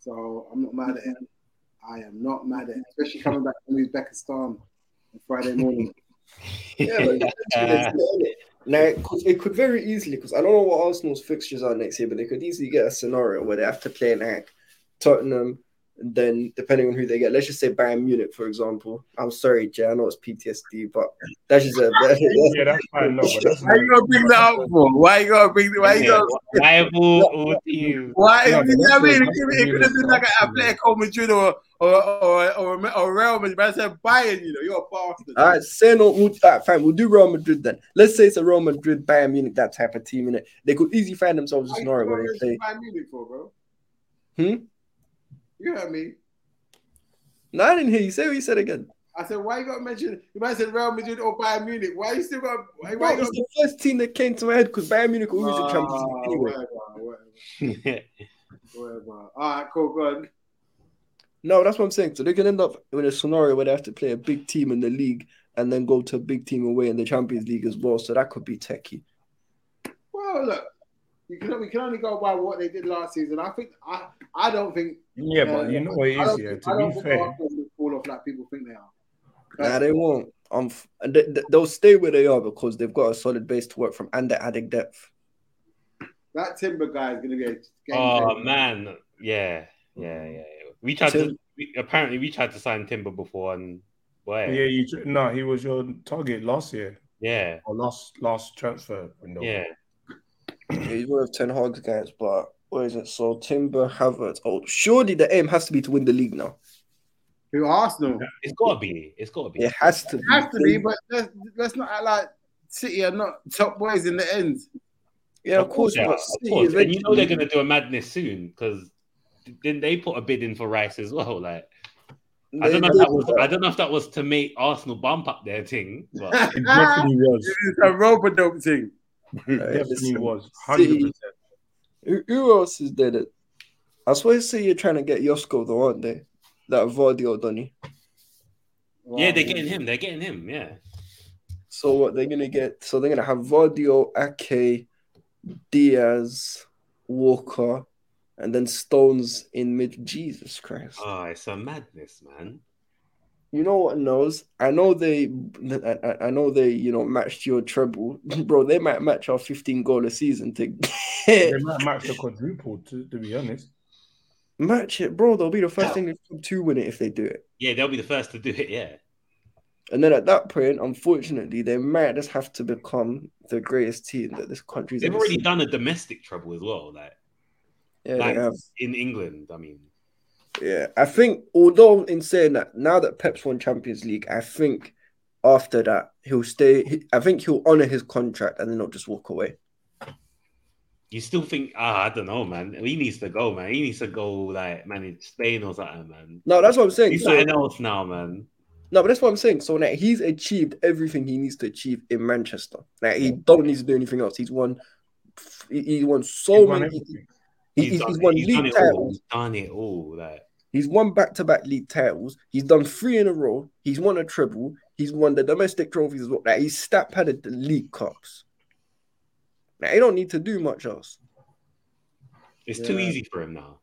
Speaker 1: so I'm not mad at him. I am not mad at him, especially coming back from Uzbekistan on Friday morning.
Speaker 4: yeah,
Speaker 3: [LAUGHS]
Speaker 4: but
Speaker 3: Yeah.
Speaker 4: now it could, it could very easily because I don't know what Arsenal's fixtures are next year, but they could easily get a scenario where they have to play like Tottenham. and Then, depending on who they get, let's just say Bayern Munich, for example. I'm sorry, Jay, I know it's PTSD, but that's just a [LAUGHS]
Speaker 5: Yeah, that's fine. No, but that's
Speaker 1: Why you gonna bring that up for? Why you gonna bring? Why you gonna?
Speaker 3: Rival or team.
Speaker 1: Why?
Speaker 5: No,
Speaker 1: you know what I mean,
Speaker 5: that's
Speaker 1: it could have been like an Atletico Madrid or or or or, or Real Madrid. But I said Bayern. You know, you're a bastard.
Speaker 4: All right, say no. We'll, all right, fine. We'll do Real Madrid then. Let's say it's a Real Madrid, Bayern Munich, that type of team in it. They could easily find themselves a
Speaker 1: Why you
Speaker 4: scenario where
Speaker 1: going
Speaker 4: they play.
Speaker 1: to Bayern Munich for, bro?
Speaker 4: Hmm?
Speaker 1: You heard me.
Speaker 4: No, I didn't hear you say what you said again.
Speaker 1: I said, why you got to mention? You might have said Real Madrid or Bayern Munich. Why you still got? Why, why
Speaker 4: Right,
Speaker 1: you
Speaker 4: it's
Speaker 1: got?
Speaker 4: the first team that came to my head because Bayern Munich always a Champions
Speaker 1: Ah,
Speaker 4: League anyway.
Speaker 1: whatever, whatever,
Speaker 3: [LAUGHS]
Speaker 1: whatever. All right, cool, go on.
Speaker 4: No, that's what I'm saying. So they can end up in a scenario where they have to play a big team in the league and then go to a big team away in the Champions League as well. So that could be techie.
Speaker 1: Well, look, you can we can only go by what they did last season. I think I I don't think.
Speaker 5: yeah, but you know what it
Speaker 1: I
Speaker 5: is
Speaker 1: don't,
Speaker 5: here.
Speaker 1: think- I
Speaker 5: To
Speaker 1: don't
Speaker 5: be
Speaker 1: think
Speaker 5: fair,
Speaker 1: Arsenal will fall off like people think they are.
Speaker 4: Nah, they won't. Um, they, they- they'll stay where they are because they've got a solid base to work from and they're adding depth.
Speaker 1: That Timber guy is gonna be a game.
Speaker 3: Oh
Speaker 1: changer.
Speaker 3: man, yeah, yeah, yeah. yeah. We tried to we, apparently we tried to sign Timber before and boy,
Speaker 5: yeah, you tr- no, he was your target last year
Speaker 3: yeah,
Speaker 5: or last last transfer window.
Speaker 3: yeah.
Speaker 4: Yeah, He's one of Ten Hag's guys, but where is it? So Timber Havertz. Oh, surely the aim has to be to win the league now.
Speaker 1: Who Arsenal?
Speaker 3: It's gotta be. It's gotta be.
Speaker 4: It has to. Be.
Speaker 1: It has to be, but let's, let's not act like City are not top boys in the end.
Speaker 4: yeah, of course.
Speaker 3: they are,
Speaker 4: but
Speaker 3: of
Speaker 4: City
Speaker 3: course. And you know they're
Speaker 4: eventually-
Speaker 3: gonna do a madness soon because didn't they put a bid in for Rice as well? Like I
Speaker 4: they
Speaker 3: don't know if
Speaker 4: did
Speaker 3: that was I
Speaker 4: that.
Speaker 3: don't know if that was to make Arsenal bump up their thing,
Speaker 4: [LAUGHS]
Speaker 3: but
Speaker 1: [LAUGHS]
Speaker 5: It definitely [LAUGHS] was.
Speaker 1: It's a robodope thing.
Speaker 5: It
Speaker 4: Uh,
Speaker 5: definitely
Speaker 4: listen,
Speaker 5: was. Hundred
Speaker 4: City-
Speaker 5: percent.
Speaker 4: Who, who else is there? That I swear, City are trying to get Yosko though, aren't they? That Vardy or Donny.
Speaker 3: yeah, they're getting him. They're getting him. Yeah.
Speaker 4: So what they're gonna get? So they're gonna have Vardy, Ake, Diaz, Walker, and then Stones in mid. Jesus Christ.
Speaker 3: Oh, it's a madness, man.
Speaker 4: You know what knows? I know they, I, I- I know they, you know, matched your treble, [LAUGHS] bro. They might match our 15 goal a season to [LAUGHS]
Speaker 5: They might match the quadruple. To, to be honest,
Speaker 4: match it, bro. They'll be the first thing to, to win it if they do it.
Speaker 3: Yeah, they'll be the first to do it. Yeah.
Speaker 4: And then at that point, unfortunately, they might just have to become the greatest team that this country's
Speaker 3: They've
Speaker 4: ever
Speaker 3: already
Speaker 4: seen.
Speaker 3: done a domestic trouble as well, like,
Speaker 4: Yeah,
Speaker 3: like
Speaker 4: they have.
Speaker 3: in England. I mean,
Speaker 4: Yeah, I think although in saying that, now that Pep's won Champions League, I think after that he'll stay. he- I think he'll honor his contract and then not just walk away.
Speaker 3: you still think, ah, I don't know, man. He needs to go, man. He needs to go, like, manage Spain or something, man.
Speaker 4: No, that's what I'm saying.
Speaker 3: He's
Speaker 4: So,
Speaker 3: something else now, man.
Speaker 4: no, but that's what I'm saying. So now he's achieved everything he needs to achieve in Manchester. Like he don't need to do anything else. He's won. he- He's won so
Speaker 5: He's won
Speaker 4: many.
Speaker 5: everything.
Speaker 4: he- he's, he's won
Speaker 3: done
Speaker 4: league
Speaker 3: it all.
Speaker 4: titles.
Speaker 3: He's done it all. Like,
Speaker 4: He's won back-to-back league titles. He's done three in a row. He's won a treble. He's won the domestic trophies as well. Like he's stat padded the league cups. Like, he don't need to do much else.
Speaker 3: it's too
Speaker 1: Yeah.
Speaker 3: easy for him now.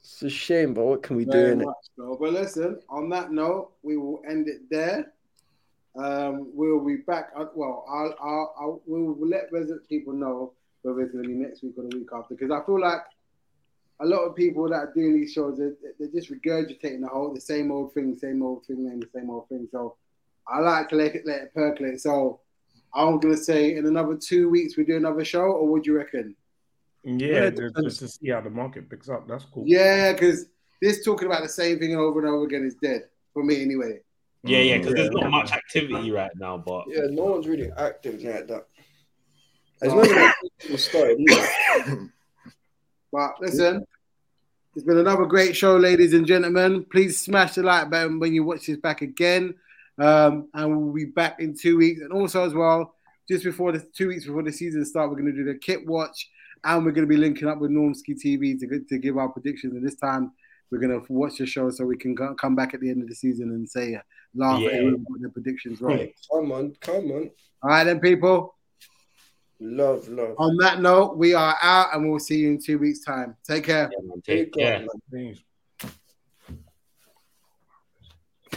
Speaker 4: It's a shame, but what can we do
Speaker 1: Very
Speaker 4: in it?
Speaker 1: much so. But listen, on that note, we will end it there. Um, we'll be back. uh, Well, I'll, I'll, I'll we'll let resident people know whether it's going to be next week or the week after because I feel like a lot of people that are doing these shows they're, they're just regurgitating the whole the same old thing, same old thing, and the same old thing. So I like to let it let it percolate. So I'm going to say in another two weeks we do another show, or what do you reckon?
Speaker 5: Yeah,
Speaker 4: Yeah,
Speaker 5: just, just to see how the market picks up. That's cool.
Speaker 1: Yeah, because this talking about the same thing over and over again is dead for me anyway.
Speaker 3: Yeah, yeah, because
Speaker 5: Yeah.
Speaker 3: there's not much activity right now, but
Speaker 4: Yeah, no one's really active like that.
Speaker 1: As
Speaker 4: As
Speaker 1: long
Speaker 4: long
Speaker 1: as
Speaker 4: as people started,
Speaker 1: But listen, it's been another great show, ladies and gentlemen. Please smash the like button when you watch this back again. Um, and we'll be back in two weeks. And also, as well, just before the two weeks before the season start, we're going to do the kit watch and we're going to be linking up with Normski TV to, g- to give our predictions. And this time, we're going to watch the show so we can go, come back at the end of the season and say, uh, laugh at
Speaker 3: Yeah.
Speaker 1: everyone with the predictions right.
Speaker 4: come on, come on.
Speaker 1: All right, then, people.
Speaker 4: Love, love.
Speaker 1: On that note, we are out and we'll see you in two weeks' time. Take care.
Speaker 3: yeah, man, take,
Speaker 4: Big up,
Speaker 3: yeah.
Speaker 4: man.
Speaker 5: Things.